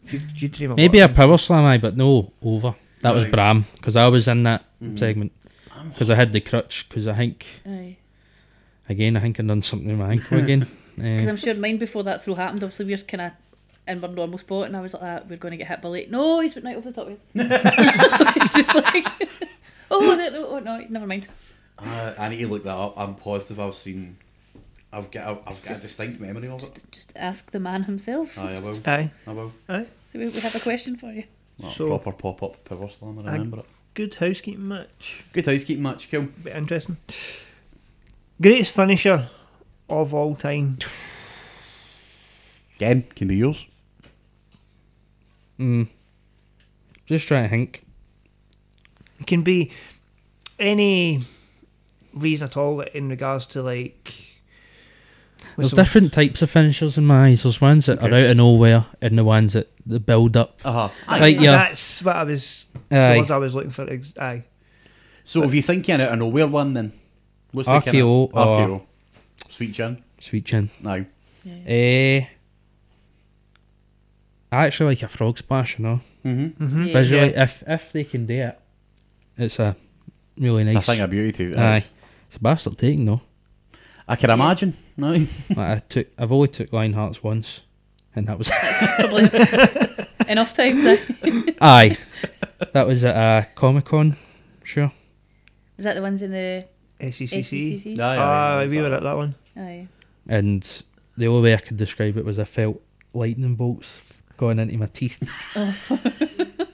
C: you, you dream of
E: Maybe
C: what?
E: a power slam, aye, but no over. That was
B: Aye. Mm-hmm.
E: Bram because I was in that segment because I had the crutch because I think
D: Aye.
E: again I think I done something with my ankle again.
D: Because
E: Eh,
D: I'm sure mine before that throw happened, obviously we were kind of in our normal spot, and I was like, ah, we're going to get hit by late. No, he's been right over the top of us. it's just like, oh, no, no, oh, no, never mind.
B: Uh, I need to look that up. I'm positive I've seen. I've got. I've got a distinct memory of it.
D: Just ask the man himself.
B: Aye, I will.
C: Aye,
B: I will.
C: aye.
D: So we, we have a question for you.
B: Not
C: So-
B: proper pop up power slam. I
C: Aye.
B: remember it.
C: Good housekeeping match.
B: Good housekeeping match. Cool.
C: bit interesting. Greatest finisher of all time.
B: Again, can be yours.
E: just trying to think.
C: It can be any reason at all in regards to like.
E: There's
C: with
E: different types of finishers in my eyes. There's ones that are out of nowhere and the ones that the build up.
B: Uh huh.
E: Like yeah,
C: That's what I was.
E: Aye.
C: The words I was looking for. Ex- aye.
B: So if you're thinking out of nowhere one, then what's the
E: RKO or-
B: Kind of, RKO. Sweet chin.
E: sweet chin.
B: No.
E: Eh, I actually like a frog splash, you know.
D: Yeah.
E: Visually, if if they can do it, it's a really
B: It's a
E: nice.
B: thing of beauty. it is.
E: aye, it's a bastard taking though.
B: I can imagine. No.
E: Like I took, I've only took Lionhearts once, and that was
D: Probably enough times. eh?
E: aye. That was at uh, Comic Con, sure.
D: Is that the ones in the
C: E SCCC.
D: SCCC?
B: Aye,
C: Ah,
B: aye,
C: we were
B: aye.
C: at that one.
D: Aye.
E: And the only way I could describe it was I felt lightning bolts going into my teeth.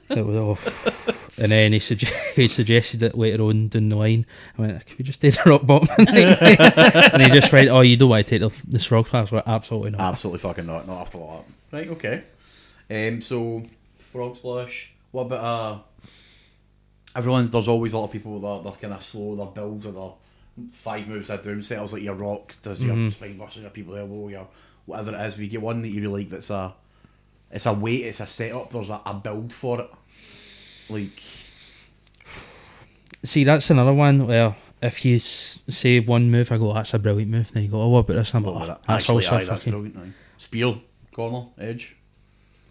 E: it was off. And then he, sugge- he suggested it later on down the line. I went, "Can we just do the rock bottom?" and he just went, "Oh, you don't want to take the, this rock class?" I went, "Absolutely not."
B: Absolutely fucking not. Not after all that. Right. Okay. Um. So frog splash. What about uh? Everyone's there's always a lot of people that they're kind of slow. Their builds or their five moves they do themselves like your rocks, does your spine buster, your people elbow, your whatever it is. We get one that you really like. That's a, it's a weight. It's a setup. There's a, a build for it. Like
E: See, that's another one where if you s- say one move, I go, "That's a brilliant move," and you go, "Oh, what about this?" I'm
B: what
E: like,
B: was it?
E: "Oh, that's
B: ah, Actually,
E: also
B: aye, that's
E: fucking
B: brilliant. Aye. Spear, corner, edge.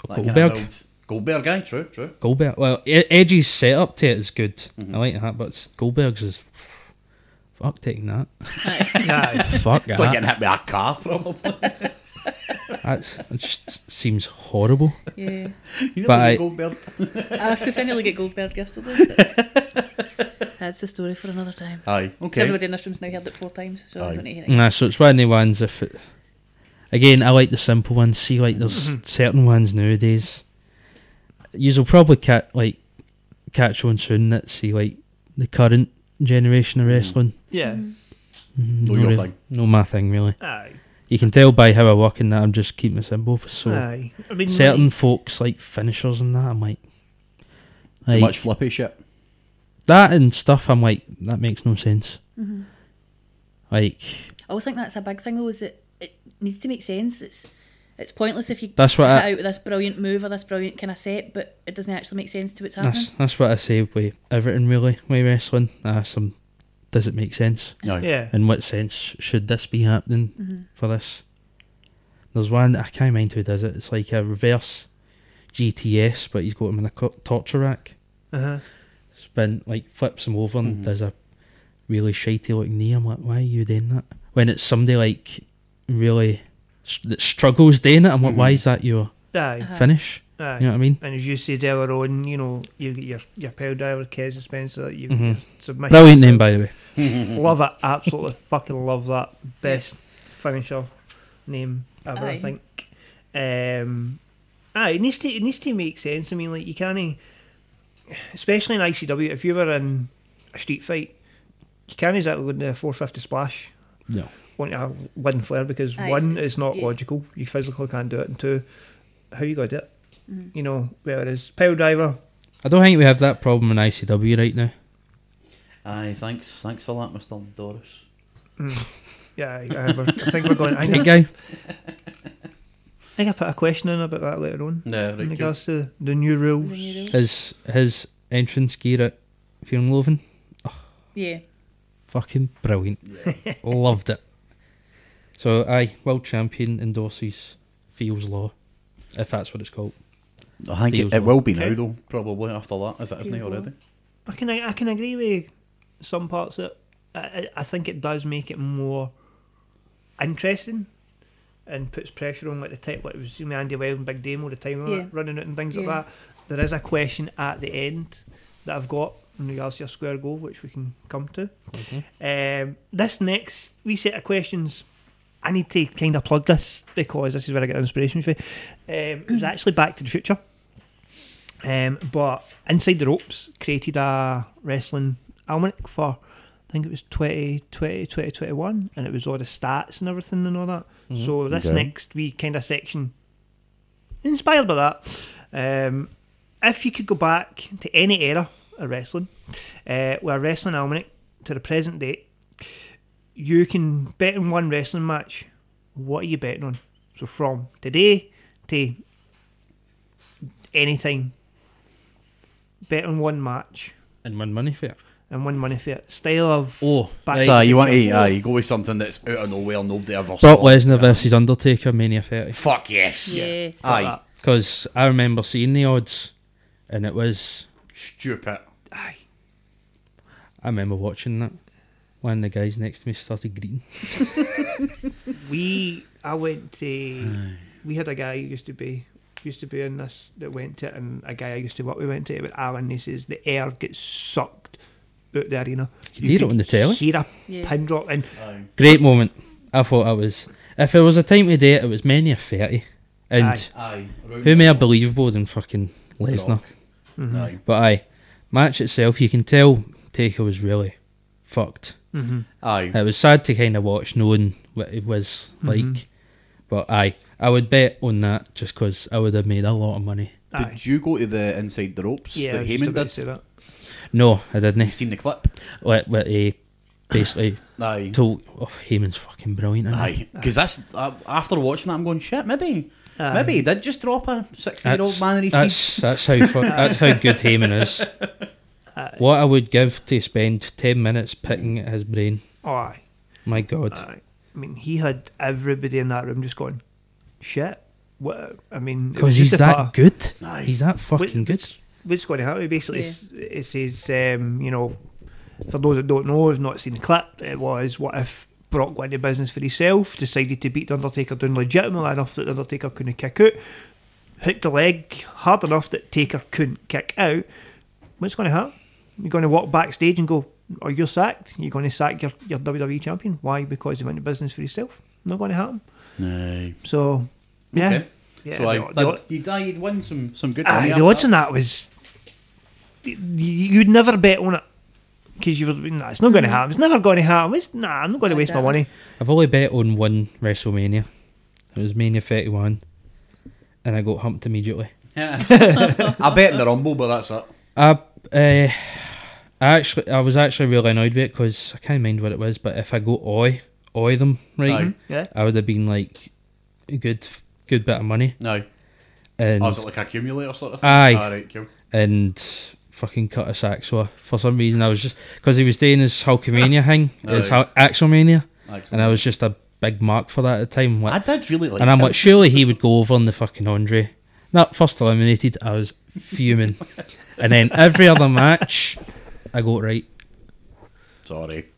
B: that kind of
E: Goldberg."
B: builds. Goldberg, guy. True. True.
E: Goldberg. Well, E- Edge's setup to it is good.
B: Mm-hmm.
E: I like that, but Goldberg's is fuck taking that.
C: Aye.
E: Fuck
B: It's like
E: that.
B: getting hit by a car, probably.
E: That's, it just seems horrible.
D: Yeah.
B: You know,
E: But
B: like
E: I-
B: Goldberg.
D: I was going to look at Goldberg yesterday. but That's a story for another time. 'Cause
B: Aye. Okay.
D: everybody in this room's now heard it four times, so
B: Aye.
D: I don't need to hear it.
E: Nah, so it's one of the ones if it, Again, I like the simple ones. See, like there's
B: Mm-hmm.
E: certain ones nowadays. You'll probably catch like catch on soon that see like the current generation
B: Mm-hmm.
E: of wrestling.
C: Yeah.
E: Mhm,
B: No your
E: re-
B: thing.
E: No my thing really.
C: Mm-hmm. Aye.
E: You can tell by how I work in that I'm just keeping it simple. So
C: Aye. I mean,
E: certain folks like finishers and that. I'm like,
B: Too
E: like,
B: much flippy shit.
E: that and stuff. I'm like, that makes no sense. Like
D: I always think that's a big thing though, is it, it needs to make sense. It's it's pointless if you
E: That's what
D: cut
E: I-
D: out this brilliant move or this brilliant kind of set, but it doesn't actually make sense to what's happening.
E: that's that's what I say with everything really. With wrestling, I ask them, does it make sense?
B: No.
C: Yeah.
E: In what sense should this be happening for this? There's one I can't mind who does it. It's like a reverse GTS, but he's got him in a co- torture rack.
C: Uh-huh.
E: spin like flips him over
C: Mm-hmm.
E: and does a really shitey looking knee. I'm like, why are you doing that? When it's somebody like really s- that struggles doing it, I'm like, why
C: Mm-hmm.
E: is that your
C: Aye.
E: Uh-huh. finish?
C: Aye.
E: You know what I mean?
C: And as you said earlier on, you know, you've got your, your pile driver, Kes and Spencer, you've got your
E: Mm-hmm.
C: submission.
E: Brilliant name, by the way.
C: Mm-hmm. Love it. Absolutely fucking love that. Best finisher name ever, I
D: Aye.
C: think. Um, aye, it needs, to, it needs to make sense. I mean, like, you can't, especially in ICW, if you were in a street fight, you can't exactly go into a 450 splash
E: No.
C: onto a wooden flare because
D: Aye,
C: one,
D: it's-
C: it's not
D: yeah.
C: logical. You physically can't do it. And two, how you going to do it?
D: Mm.
C: You know, whereas pile driver,
E: I don't think we have that problem in ICW right now.
B: Aye, thanks, thanks for that, Mister Doris.
C: yeah, I, I, I think we're going. I
E: Hey,
C: think,
E: guy.
C: I think I put a question in about that later on.
B: No,
C: in
B: right. good.
C: regards to the new rules.
D: The new rules.
E: His his entrance gear at Firmloven,
D: Yeah.
E: fucking brilliant. Loved it. So aye, world champion endorses Feels Law, if that's what it's called.
B: I think
E: Feels
B: it, it will be
C: Okay.
B: now though, probably after that, if it isn't
D: Feels
B: already.
C: I can I can agree with some parts that I, I- I think it does make it more interesting and puts pressure on like the type like it was me Andy Wild and Big Dame all the time
D: Yeah.
C: running out and things
D: Yeah.
C: like that. There is a question at the end that I've got in regards to your square goal which we can come to. Um, this next wee set of questions I need to kind of plug this because this is where I get inspiration for. Um, it was actually Back to the Future. Um, but Inside the Ropes created a wrestling almanac for, I think it was 2020, 2021, and it was all the stats and everything and all that. So this
B: Okay.
C: next wee kind of section, inspired by that, um, if you could go back to any era of wrestling, uh, with a wrestling almanac to the present date, you can bet on one wrestling match. What are you betting on? So from today to anytime, bet on one match
E: And won money for it.
C: and one money for it. Style of
E: Oh,
C: Back
E: right.
C: to
B: Aye,
C: the
B: you want
C: Future.
B: to? Aye, go with something that's out of nowhere, nobody ever
E: Brock
B: saw.
E: Lesnar versus Undertaker Mania 30.
B: Fuck yes.
D: Yes.
B: Aye,
C: that.
E: Because I remember seeing the odds, and it was.
B: stupid.
C: Aye.
E: I remember watching that. One of the guys next to me started greeting.
C: We I went to we had a guy who used to be used to be in this that went to it and a guy I used to work with went to it with Alan he says the air gets sucked out the arena.
E: You hear it
C: could
E: on the telly.
C: Hear a
D: Yeah.
C: pin drop and
E: Great moment. I thought I was. If there was a time to do it, it was Mania 30. And
C: Aye.
B: Aye.
E: who more believable than fucking Lesnar?
B: Brock.
C: Mm-hmm.
B: Aye.
E: But aye, match itself, you can tell Taker was really fucked.
B: Aye.
E: It was sad to kind of watch knowing what it was like. But aye, I would bet on that just because I would have made a lot of money.
C: aye.
B: Did you go to the Inside the Ropes
C: yeah, I
B: that
C: was just
B: Heyman
C: about to say
B: did?
C: that.
E: No, I didn't.
B: You seen the clip?
E: What what he basically
B: Aye.
E: told oh Heyman's fucking brilliant. isn't he?
B: Aye, because that's uh, after watching that, I'm going shit. Maybe,
C: Aye.
B: maybe he did just drop a sixty-year-old man in his seat.
E: that's, that's how fu- that's how good Heyman is. What I would give to spend ten minutes picking at his brain.
C: Aye.
E: My God,
C: Aye. I mean, he had everybody in that room just going, shit. What? I mean, it
E: because
C: was just
E: he's
C: a
E: that
C: part of-
E: good.
B: Aye.
E: He's that
C: Wait,
E: fucking good.
C: What's, what's going to happen? Basically,
D: Yeah.
C: it's it says, um, you know, for those that don't know, have not seen the clip, it was what if Brock went into business for himself, decided to beat the Undertaker down legitimately enough that the Undertaker couldn't kick out, hooked a leg hard enough that Taker couldn't kick out. What's going to happen? You're going to walk E backstage and go, "Are you sacked? You're going to sack your, your WWE champion? Why? Because he went into business for himself." Not going to happen.
B: No.
C: So, yeah.
B: Okay.
C: yeah
B: so I,
C: the- the-
B: that, you die, you'd win some, some
E: Ah,
B: good money
C: Aye, the
B: after
C: odds
B: that.
C: on that was y- you'd never bet on it because you were nah, it's not going to happen. It's never going to happen. It's, nah, I'm not going to
D: Aye,
C: waste my
D: exactly.
C: money.
E: I've only bet on one WrestleMania. It was Mania 31, and I got humped immediately.
B: Yeah. I bet in the Rumble, but that's it.
E: I, uh, I actually, I was actually really annoyed with it because I can't mind what it was. But if I go oi, oi them right,
B: Aye.
C: Yeah,
E: I would have been like a good, good bit of money.
B: No.
E: And
B: Oh, is it like accumulator sort of thing?
E: Aye.
B: Alright, cool.
E: and fucking cut a sack. So for some reason, I was just because he was doing his Hulkamania thing, his
B: Aye.
E: Hul- Axelmania,
B: Aye, cool.
E: and I was just a big mark for that at the time. Like,
B: I did really like
E: and I'm
B: him.
E: like, surely he would go over on the fucking Andre. No, first eliminated, I was fuming, and then every other match, I got right.
B: Sorry.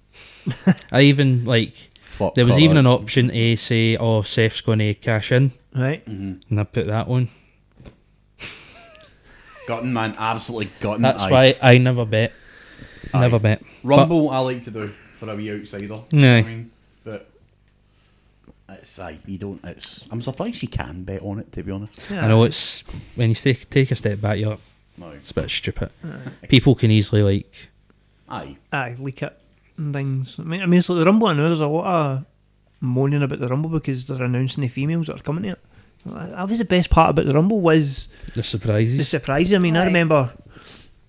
E: I even like
B: Fuck.
E: there was even an
B: Conor.
E: option to say, "Oh, Seth's going to cash in,"
C: right.
E: and I put that one.
B: Gotten man, absolutely gotten.
E: That's
B: aye.
E: why I never bet. Never bet.
B: Rumble I like to do for a wee outsider. you know
E: Aye.
B: what I mean, but it's aye, you don't. It's I'm surprised you can bet on it to be honest.
E: I know it's when you take take a step back, you're like,
B: No,
E: it's a bit stupid. People can easily like
B: aye,
C: Aye, leak it and things. I mean, I mean, it's like the Rumble. I know there's a lot of moaning about the Rumble because they're announcing the females that are coming to it. That was the best part about the Rumble was
E: the
C: the
E: surprises.
C: surprise. I mean, I
D: Aye.
C: remember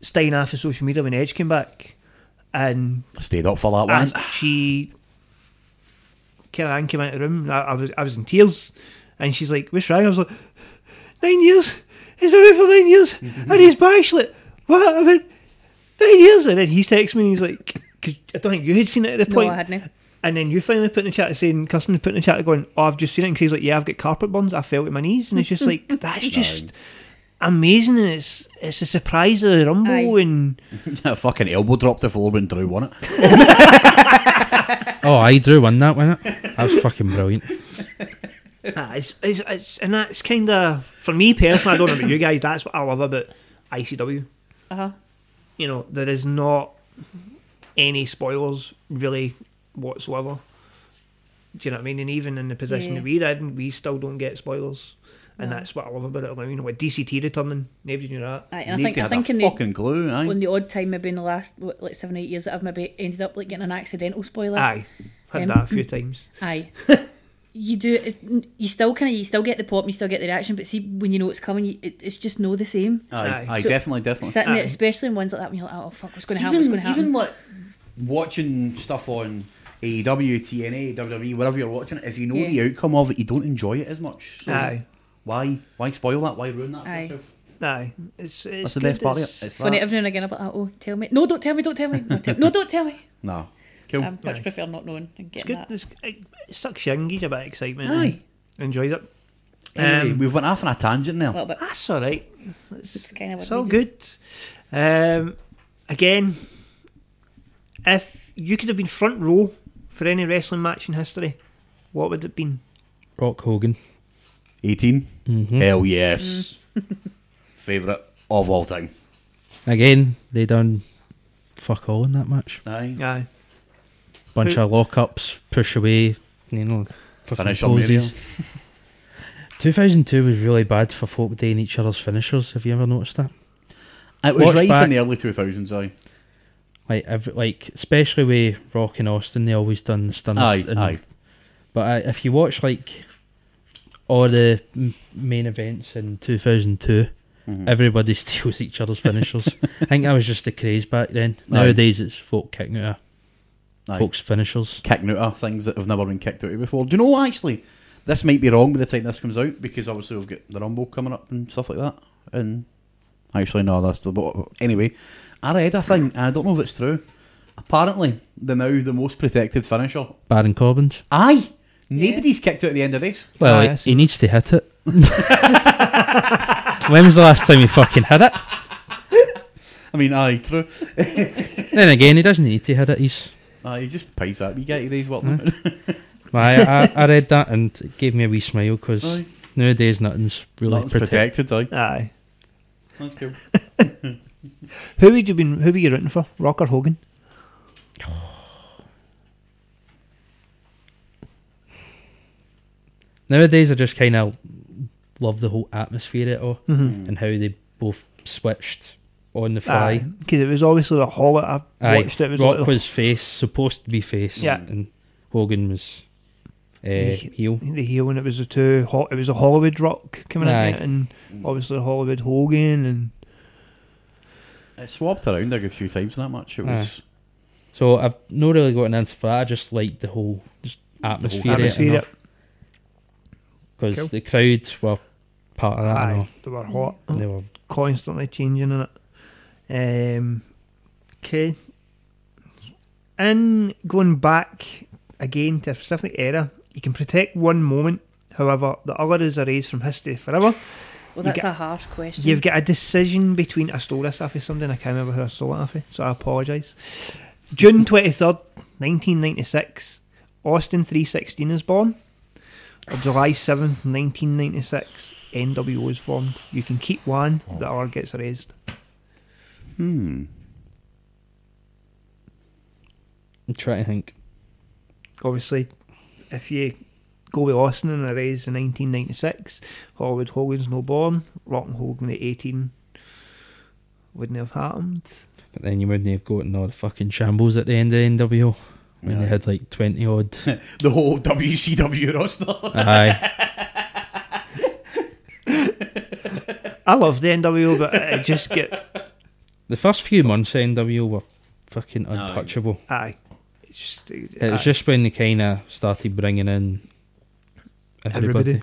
C: staying off of social media when Edge came back, and
B: I stayed up for that one.
C: as she Kira Ann came out of the room. and I, I was I was in tears, and she's like, "What's wrong?" I was like, nine years. He's been away for nine years, and he's back." She's like, "What?" I went, nine years." And then he texts me, and he's like, "Cause I don't think you had seen it at the
D: No,
C: point."
D: I hadn't.
C: And then you finally put in the chat saying, Kirsten put in the chat going, Oh, I've just seen it. And Craig's like, Yeah, I've got carpet burns. I fell at my knees. And it's just like, That's just amazing. And it's it's a surprise of the Rumble.
D: Aye.
C: And
E: Ah.
B: a fucking elbow drop to floor when Drew won it.
E: oh, I drew won that, wasn't it? That was fucking brilliant.
C: Nah, it's, it's, it's and that's kind of for me personally. I don't know about you guys. That's what I love about ICW.
D: Uh huh.
C: You know, there is not any spoilers really whatsoever. Do you know what I mean? And even in the position
D: Yeah.
C: that we're in, we still don't get spoilers, and that's what I love about it. Like, you know, with DCT returning, nobody knew that.
D: Aye, and I
B: Need
D: think
B: to
D: I
B: have
D: think
B: a
D: in the
B: fucking glue. Aye.
D: on the odd time, maybe in the last what, like seven eight years, that I've maybe ended up like getting an accidental spoiler.
C: Aye, had
D: Um,
C: that a few times.
D: Aye. you do. It, you still kind of you still get the pop, and you still get the reaction, but see when you know it's coming, you, it, it's just no the same.
B: aye, aye,
C: Aye.
D: So-
B: definitely, definitely.
D: Sitting there,
C: Aye.
D: especially in ones like that, when you're like, oh fuck, what's going to
B: See,
D: happen? What's going to happen?
B: Even like watching stuff on E AEW, TNA, WWE, wherever E, you're watching it, if you know
D: Yeah.
B: the outcome of it, you don't enjoy it as much. So
C: Aye.
B: Why? Why spoil that? Why ruin that? For
D: Aye.
B: yourself?
C: Aye, it's, it's
B: That's the
C: good,
B: best part of
C: it's-
B: it. It's
D: Funny
B: that.
D: every now and again, I'm like, oh, tell me. No, don't tell me. Don't tell me. No, tell, no don't tell me.
B: No. Cool.
D: I much
C: Aye.
D: prefer not knowing and
C: It's
D: getting
C: good. It's, it, it sucks you in, gives you a bit of excitement. and
D: Aye.
C: enjoys it.
B: Anyway,
C: Um,
B: we've went off on a tangent
D: that. A
B: there.
D: little bit.
C: That's all right. It's,
D: It's kind of
C: it's
D: what
C: all
D: we do.
C: good. Um, again, if you could have been front row for any wrestling match in history, what would it have been?
E: Rock Hogan.
B: 18.
E: Hmm.
B: Hell yes.
D: Mm.
B: Favourite of all time.
E: Again, they done fuck all in that match.
B: Aye.
C: Aye.
E: Bunch of lock ups, push away, you know, fucking
B: Finish on
E: poses. 2002 was really bad for folk doing each other's finishers. Have you ever noticed that?
B: It was
E: Watch
B: right
E: back.
B: in the early 2000s, aye.
E: Like, every, like especially with Rock and Austin, they always done the stunners.
B: Aye,
E: and-
B: aye.
E: But I, if you watch like all the m- main events in 2002,
B: Mm-hmm.
E: everybody steals each other's finishers. I think that was just the craze back then. Nowadays, it's folk kicking out
B: Aye.
E: of folks' finishers.
B: Kicking out of things that have never been kicked out of before. Do you know what, actually? This might be wrong by the time this comes out because obviously we've got the Rumble coming up and stuff like that. And actually, no, that's. But anyway, I read a thing, and I don't know if it's true. Apparently, the now the most protected finisher.
E: Baron Corbin's.
B: Aye! Nobody's kicked out at the end of this.
E: Well,
C: Aye,
E: he-
C: I
E: he,
C: see.
E: needs to hit it. when was the last time he fucking hit it?
B: I mean, aye, true.
E: Then again, he doesn't need to hit it. He's.
B: Aye, you just pies that. You get today's what? Mm.
E: Well, I, I, I read that and it gave me a wee smile because
B: Aye.
E: nowadays nothing's really
B: Nothing's
E: protected.
B: protected, aye.
C: Aye.
B: That's cool.
C: Who would you been? Who were you rooting for? Rock or Hogan?
E: Nowadays, I just kind of love the whole atmosphere of it all
B: Hmm.
C: Mhm.
E: and how they both switched on the fly.
C: Aye, because it was obviously the hall that I
E: Aye,
C: watched. It was
E: Rock
C: like the-
E: was face, supposed to be face,
C: Yeah.
E: and Hogan was uh,
C: He-
E: heel.
C: the heel, and it was the two. Ho- it was a Hollywood Rock coming
E: Aye.
C: in, and obviously Hollywood Hogan, and
B: It swapped around a good few times. That much it
E: Aye.
B: was.
E: So I've not really got an answer for that. I just like the whole
C: Just
E: atmosphere,
C: atmosphere.
E: because
C: Cool.
E: the crowd were part of that. and
C: Aye,
E: all.
C: Oh. they were hot,
E: They were
C: constantly changing in it. Um, okay, in going back again to a specific era, you can protect one moment. However, the other is erased from history forever.
D: Well, that's
C: get-
D: a harsh question.
C: You've got a decision between. I stole this off of something. I can't remember who I stole it off of, so I apologise. June 23rd, 1996, Austin 316 is born. On July 7th, 1996, NWO is formed. You can keep one, the other gets erased.
B: Hmm.
E: I'm trying to think.
C: Obviously, if you go with Austin and erase in 1996, Hollywood Hogan's no born, Rock and Hogan at 18 wouldn't have happened.
E: But then you wouldn't have gotten all the fucking shambles at the end of the NWO when they
B: Aye.
E: had like 20 odd.
B: The whole WCW roster.
E: Aye.
C: I love the NWO, but it just get
E: The first few months of NWO were fucking untouchable.
C: Aye. It's just, it,
E: It was just when they kind of started bringing in everybody,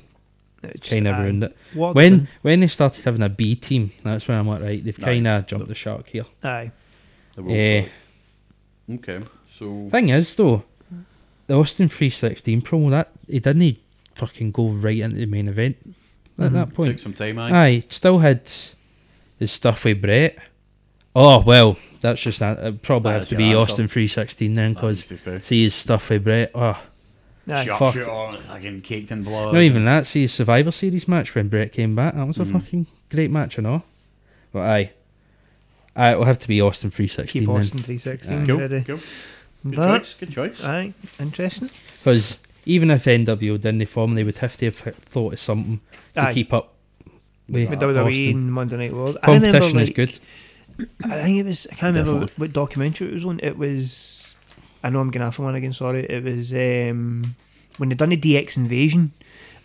E: kind of ruined it.
C: What
E: When when they started having a B team, that's when I'm like, right, they've kind of jumped the shark here.
C: Aye.
B: The Wolf
E: Eh,
B: Pack. Okay. So.
E: thing is, though, the Austin 316 promo, that he didn't fucking go right into the main event at that point.
B: Took some time. I.
E: Aye, it still had his stuff with Brett. Oh well, that's just that. It probably
B: That
E: have
B: is
E: to
B: your
E: be
B: answer.
E: Austin three sixteen then,
B: That
E: because
B: makes sense.
E: see his stuff with Brett. Oh,
C: Aye.
E: Sure.
B: Sharpshooter, fucking caked in blood.
E: not even that. See his Survivor Series match when Brett came back. That was
B: Mm.
E: a fucking great match, and all. But aye, aye, it'll have to be Austin three
C: Keep
E: sixteen
C: Austin
E: then,
C: 316
B: Cool.
C: ready.
B: Cool. Good
C: That,
B: choice. Good choice.
C: aye. Interesting.
E: because even if NWO didn't form, they would have to have thought of something to
C: Aye.
E: keep up with
C: With WWE
E: Austin.
C: and Monday Night World. I remember,
E: Competition is
C: like,
E: good.
C: I think it was, I can't remember
B: Definitely.
C: what documentary it was on. It was, I know I'm going off on one again, sorry. It was um, when they done the DX invasion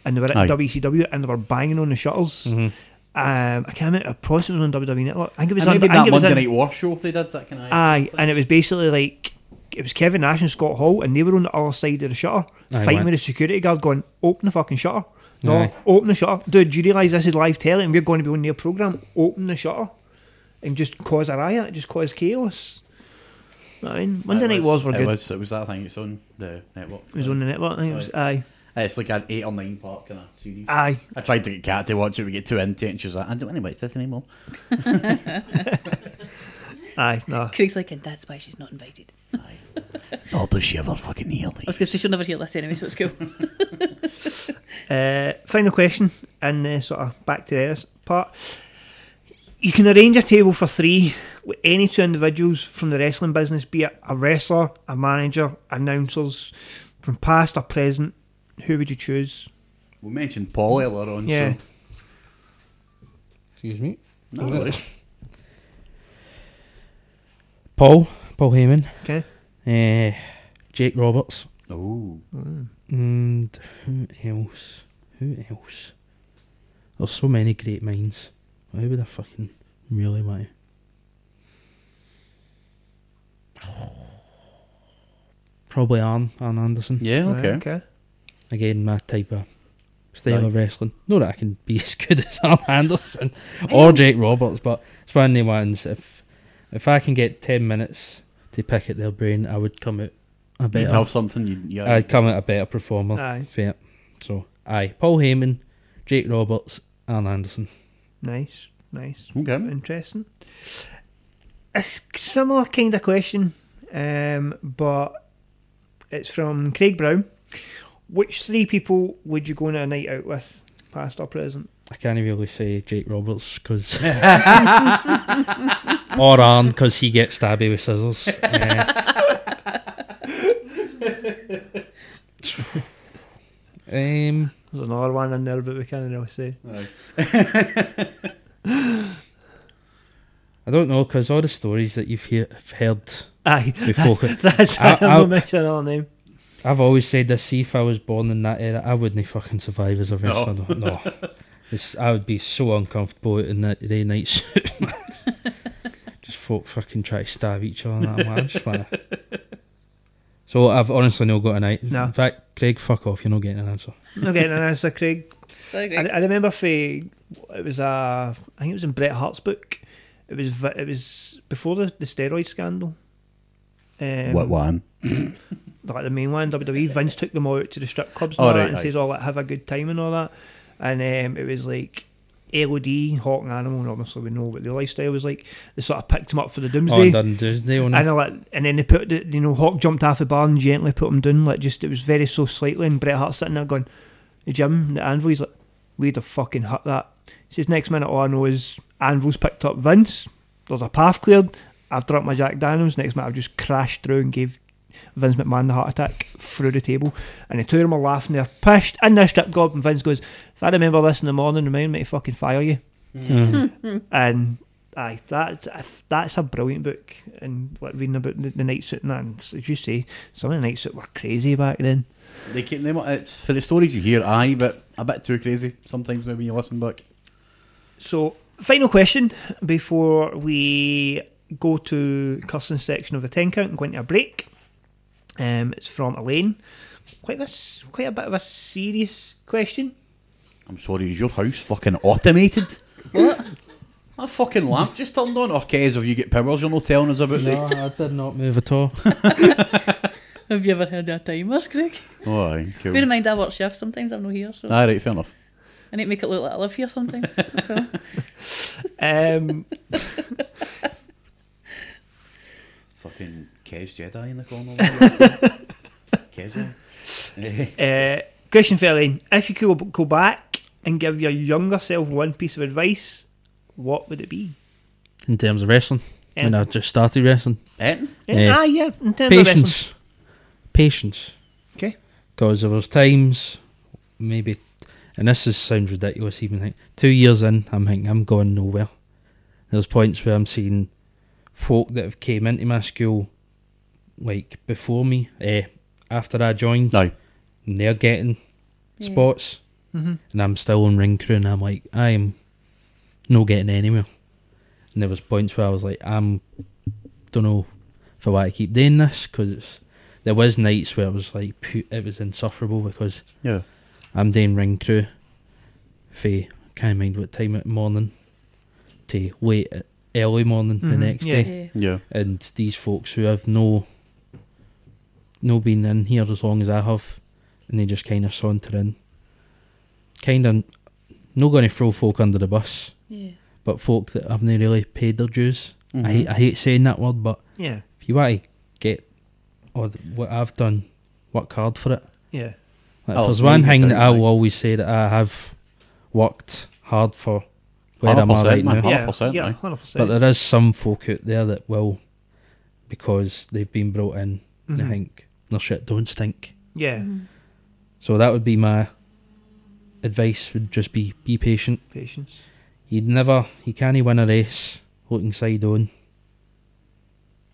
C: and they were at
B: Aye. Mm-hmm.
C: WCW and they were banging on the shutters.
E: Mhm.
C: Um, I can't remember, I probably was on WWE Network. I think it was
B: And
C: on,
B: maybe
C: I think
B: that
C: it was
B: Monday
C: on-
B: Night War show they did that can I.
C: Aye, and it was basically like it was Kevin Nash and Scott Hall, and they were on the other side of the shutter,
E: Aye,
C: fighting
E: man.
C: with a security guard, going, "Open the fucking shutter." No,
E: Aye.
C: open the shutter, dude. Do you realise this is live telly, and we're going to be on their program? Open the shutter, and just cause a riot, just cause chaos. I mean, Monday
B: It
C: Night
B: was-
C: Wars were
B: it
C: good. It was,
B: Was, it was that thing. It's on the network. Uh,
C: on the network. I think it was, aye,
B: It's like an eight or nine part kind of series.
C: aye.
B: I tried to get Kat to watch it. We get too into it, and she's like, "I don't want to watch this anymore."
C: Aye, no.
D: Craig's like, and that's why she's not invited.
B: Or does she ever fucking hear
D: I was going to say she'll never hear this anyway, so it's cool.
C: Uh, final question, and uh, sort of back to the part. You can arrange a table for three with any two individuals from the wrestling business, be it a wrestler, a manager, announcers, from past or present. Who would you choose?
B: We mentioned Paul earlier on.
C: Yeah.
B: So.
E: Excuse me.
B: No, really.
E: Paul, Paul Heyman,
C: Okay.
E: uh, Jake Roberts,
B: Oh,
E: and who else? Who else? There's so many great minds. Who would I fucking really want? to- Probably Arn, Arn Anderson.
B: yeah. Okay.
C: Right, okay.
E: Again, my type of style
B: Aye.
E: of wrestling. Not that I can be as good as Arn Anderson or Jake Roberts, but it's one of the ones. If if I can get ten minutes to pick at their brain, I would come out a
B: You'd
E: better
B: have something. You, yeah.
E: I'd come out a better performer.
C: Aye.
E: Fair. So, aye. Paul Heyman, Jake Roberts, Arn Anderson.
C: Nice. Nice.
B: okay.
C: Interesting. A s- similar kind of question, um, but it's from Craig Brown. Which three people would you go on a night out with, past or present?
E: I can't even really say Jake Roberts because. or Arn because he gets stabby with scissors. Eh. um, Um,
C: There's an one in there, but we can't really say.
E: I don't know, because all the stories that you've hear, have heard
C: Aye,
E: before.
C: that's why
E: I-
C: I'm
E: I'll-
C: not mentioning another name.
E: I've always said this. See, if I was born in that era, I wouldn't fucking survive as a wrestler. No, It's, I would be so uncomfortable out in that day night suit. just folk fucking try to stab each other. And that. I'm like, I just wanna. So I've honestly no got an answer.
C: No.
E: In fact, Craig, fuck off. You're not getting an answer.
C: No getting an answer, Craig.
D: Sorry,
C: I,
D: Greg.
C: I remember fi it was a I think it was in Bret Hart's book. It was v- it was before the, the steroid scandal. Um,
B: what one?
C: like the mainland WWE. E, Vince took them all out to the strip clubs and
B: Oh,
C: all that,
B: right,
C: and
B: aye.
C: says, "Oh, like, have a good time and all that." And um, it was like LOD, Hawk and Animal, and obviously we know what their lifestyle was like. They sort of picked him up for the
E: Oh,
C: Doomsday,
E: and done Disney on
C: and they let, and then they put the, you know Hawk jumped off the bar and gently put him down. Like just it was very so slightly, and Bret Hart sitting there going, "The Jim, the Anvil." He's like, "We'd have fucking hut that." He says, "Next minute, all I know is Anvil's picked up Vince. There's a path cleared. I've drunk my Jack Daniels. Next minute, I've just crashed through and gave Vince McMahon the heart attack through the table. And the two of them are laughing. They're pissed in their strip club. And Vince goes, If I remember this in the morning, remind me to fucking fire you.
E: Mm.
C: and aye, that, that's a brilliant book. And like reading about the, the night suit and that. And as you say, some of the night suit were crazy back then.
B: They can, they, want- it's, for the stories you hear, aye, but a bit too crazy sometimes now when you listen back.
C: So, final question before we go to cussing section of the 10 count and go into a break. Um, it's from Elaine. Quite a, s- quite a bit of a serious question.
B: I'm sorry, is your house fucking automated? What? A fucking lamp just turned on. Or Kez, if you get powers, you're not telling us about
E: No, I did not move at all.
D: Have you ever heard of a timer, Craig?
B: the. Oh, aye, cool.
D: Bear in mind, I work shifts sometimes, I'm not here, so
B: Aye, right, fair enough.
D: I need to make it look like I live here sometimes. so,
C: Um,
B: Fucking Kez Jedi in the corner. there. Kez. eh?
C: Uh, question for Elaine. If you could go back and give your younger self one piece of advice, what would it be?
E: In terms of wrestling, when I just started wrestling,
B: Eh?
C: Yeah,
E: Eh,
C: ah, yeah, in terms of wrestling.
E: patience, patience.
C: Okay.
E: Because there was times, maybe, and this is, sounds ridiculous even like two years in, I'm thinking I'm going nowhere. There's points where I'm seeing folk that have came into my school, like before me, eh, after I joined,
B: No.
E: and they're getting
D: Yeah.
E: spots, and I'm still on ring crew, and I'm like, I'm no getting anywhere. And there was points where I was like, I'm don't know for why I keep doing this because there was nights where it was like pu- it was insufferable because
B: Yeah.
E: I'm doing ring crew for can't mind what time at morning to late at early morning the
C: Mhm,
E: next
C: yeah.
E: day,
D: yeah.
B: Yeah.
E: and these folks who have no no been in here as long as I have, and they just kind of saunter in, kind of not going to throw folk under the bus,
D: yeah.
E: but folk that haven't really paid their dues. I
B: Mm-hmm.
E: hate I hate saying that word, but
C: Yeah,
E: if you want to get or th- what I've done, work hard for it.
C: yeah.
E: Like,
B: Oh,
E: if there's
B: so
E: one
B: you
E: thing
B: don't
E: that I will
B: like-
E: always say that I have worked hard for, where I'm at
B: 100%,
E: right
B: man.
E: now.
C: yeah,
B: 100%,
C: yeah,
B: aye.
C: 100%.
E: But uh, there is some folk out there that will, because they've been brought in. and
D: Mm-hmm.
E: They think their shit don't stink.
C: yeah,
E: So that would be my advice. Would just be be patient.
C: patience.
E: You'd never, you can't win a race looking side on.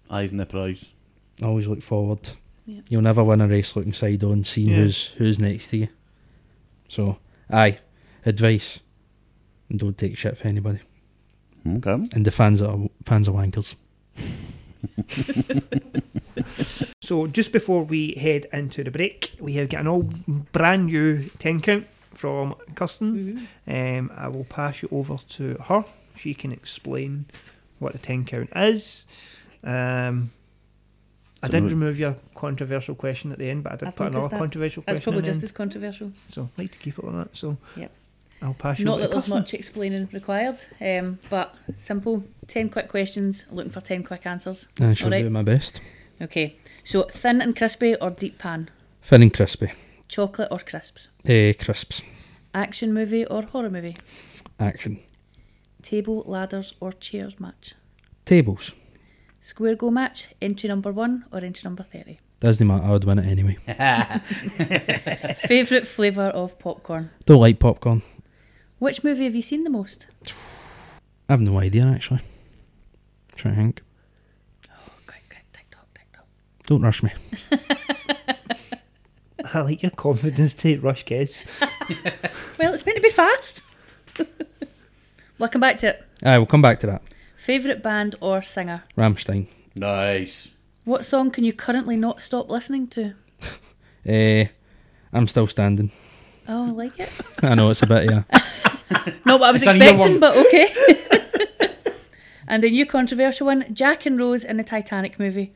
B: Eyes in the prize.
E: always look forward.
D: Yeah.
E: You'll never win a race looking side on, seeing
C: Yeah.
E: who's who's next to you. So, aye, advice, and don't take shit for anybody.
B: Okay.
E: And the fans are fans are wankers.
C: So just before we head into the break, we have got an all brand new 10 count from Kirsten.
D: Mm-hmm.
C: Um, I will pass you over to her. She can explain what the 10 count is. Um, I
B: So
C: did
B: no-
C: remove your controversial question at the end, but I did
D: I've
C: put
D: noticed
C: another
D: that.
C: controversial
D: That's
C: question
D: probably
C: in
D: just
C: the
D: as controversial.
C: end, so I'd like to keep it on that. So
D: Yep.
C: I'll pass you
D: Not
C: over
D: that
C: to
D: there's
C: Kirsten.
D: much explaining required, um, but simple 10 quick questions, looking for 10 quick answers.
E: I shall
D: Alright.
E: do my best.
D: Okay, so thin and crispy or deep pan?
E: Thin and crispy.
D: Chocolate or crisps?
E: Eh, crisps.
D: Action movie or horror movie?
E: Action.
D: Table, ladders or chairs match?
E: Tables.
D: Square go match, entry number one or entry number 30.
E: Doesn't matter, I would win it anyway.
D: Favourite flavour of popcorn?
E: Don't like popcorn.
D: Which movie have you seen the most?
E: I have no idea actually. Try to think.
D: Oh, quick, quick, tick tock, tick tock.
E: Don't rush me.
C: I like your confidence to rush kids.
D: Well, it's meant to be fast. we'll come back to it.
E: Aye, we'll come back to that.
D: Favourite band or singer?
E: Ramstein.
B: Nice.
D: What song can you currently not stop listening to?
E: Eh, I'm still standing.
D: Oh, I like it.
E: I know it's a bit, yeah.
D: Not what I was
B: It's a new one.
D: expecting, but okay. and a new controversial one Jack and Rose in the Titanic movie.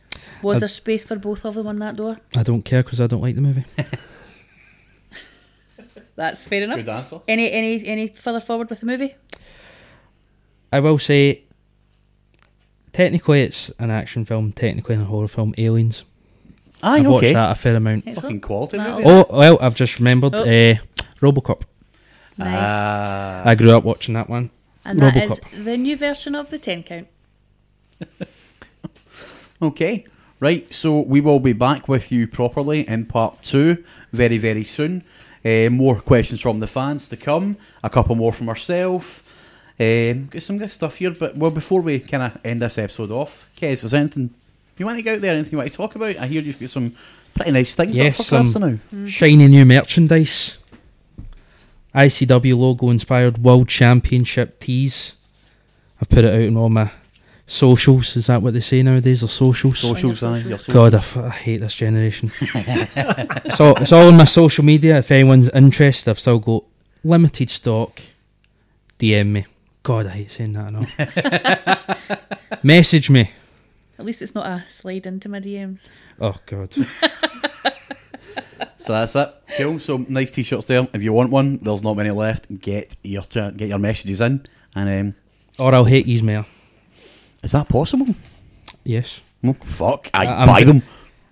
E: Uh,
D: Was there space for both of them on that door?
E: I don't care because I don't like the movie.
D: That's fair enough.
B: Good answer.
D: Any any any further forward with the movie?
E: I will say, technically, it's an action film, technically, a horror film, Aliens.
B: Aye,
E: I've
B: okay.
E: watched that a fair amount.
B: Fucking
D: Excellent.
B: quality
D: That'll
B: movie.
E: Oh, well, I've just remembered
D: Oh.
E: eh, Robocop.
D: Nice.
B: Ah.
E: I grew up watching that one.
D: and that is
E: Robocop.
D: the new version of the 10 count.
B: Okay. Right, so we will be back with you properly in part two very, very soon. Eh, more questions from the fans to come, a couple more from ourselves. Um, got some good stuff here, but well, before we kind of end this episode off, Kez, is there anything you want to get out there? Anything you want to talk about? I hear you've got some pretty nice things
E: Yes,
B: up for grabs
E: some-
B: now.
E: Shiny new merchandise. ICW logo inspired World Championship tees. I've put it out on all my socials. Is that what they say nowadays? Or socials?
B: Socials,
D: On your
B: aye, your socials.
E: God, I, f- I hate this generation. so it's all on my social media. If anyone's interested, I've still got limited stock. DM me. God, I hate saying that. I know. Message me.
D: At least it's not a slide into my DMs.
E: Oh God.
B: So that's it. Cool. So nice t-shirts there. If you want one, there's not many left. Get your cha- get your messages in, and um,
E: Or I'll hate yous mail.
B: is that possible?
E: Yes.
B: Oh, fuck, I,
E: I- I'm
B: buy
E: d-
B: them.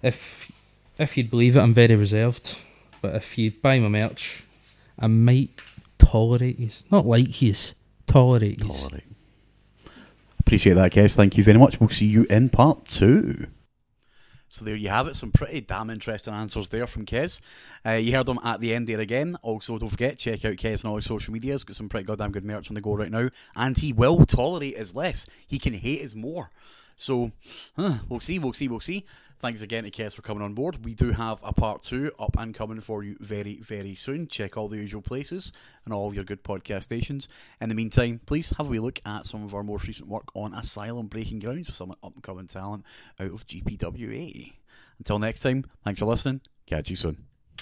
E: If if you'd believe it, I'm very reserved. But if you buy my merch, I might tolerate yous. Not like yous. Tolerate yous.
B: All right. Appreciate that, guys. Thank you very much. We'll see you in part two. So there you have it. Some pretty damn interesting answers there from Kez. Uh, you heard them at the end there again. Also, don't forget check out Kez on all his social medias. Got some pretty goddamn good merch on the go right now, and he will tolerate his less. He can hate his more. So huh, we'll see, we'll see, we'll see. Thanks again to Kez for coming on board. We do have a part two up and coming for you very, very soon. Check all the usual places and all of your good podcast stations. In the meantime, please have a wee look at some of our most recent work on Asylum Breaking Grounds for some up and coming talent out of GPWA. Until next time, thanks for listening. Catch you soon.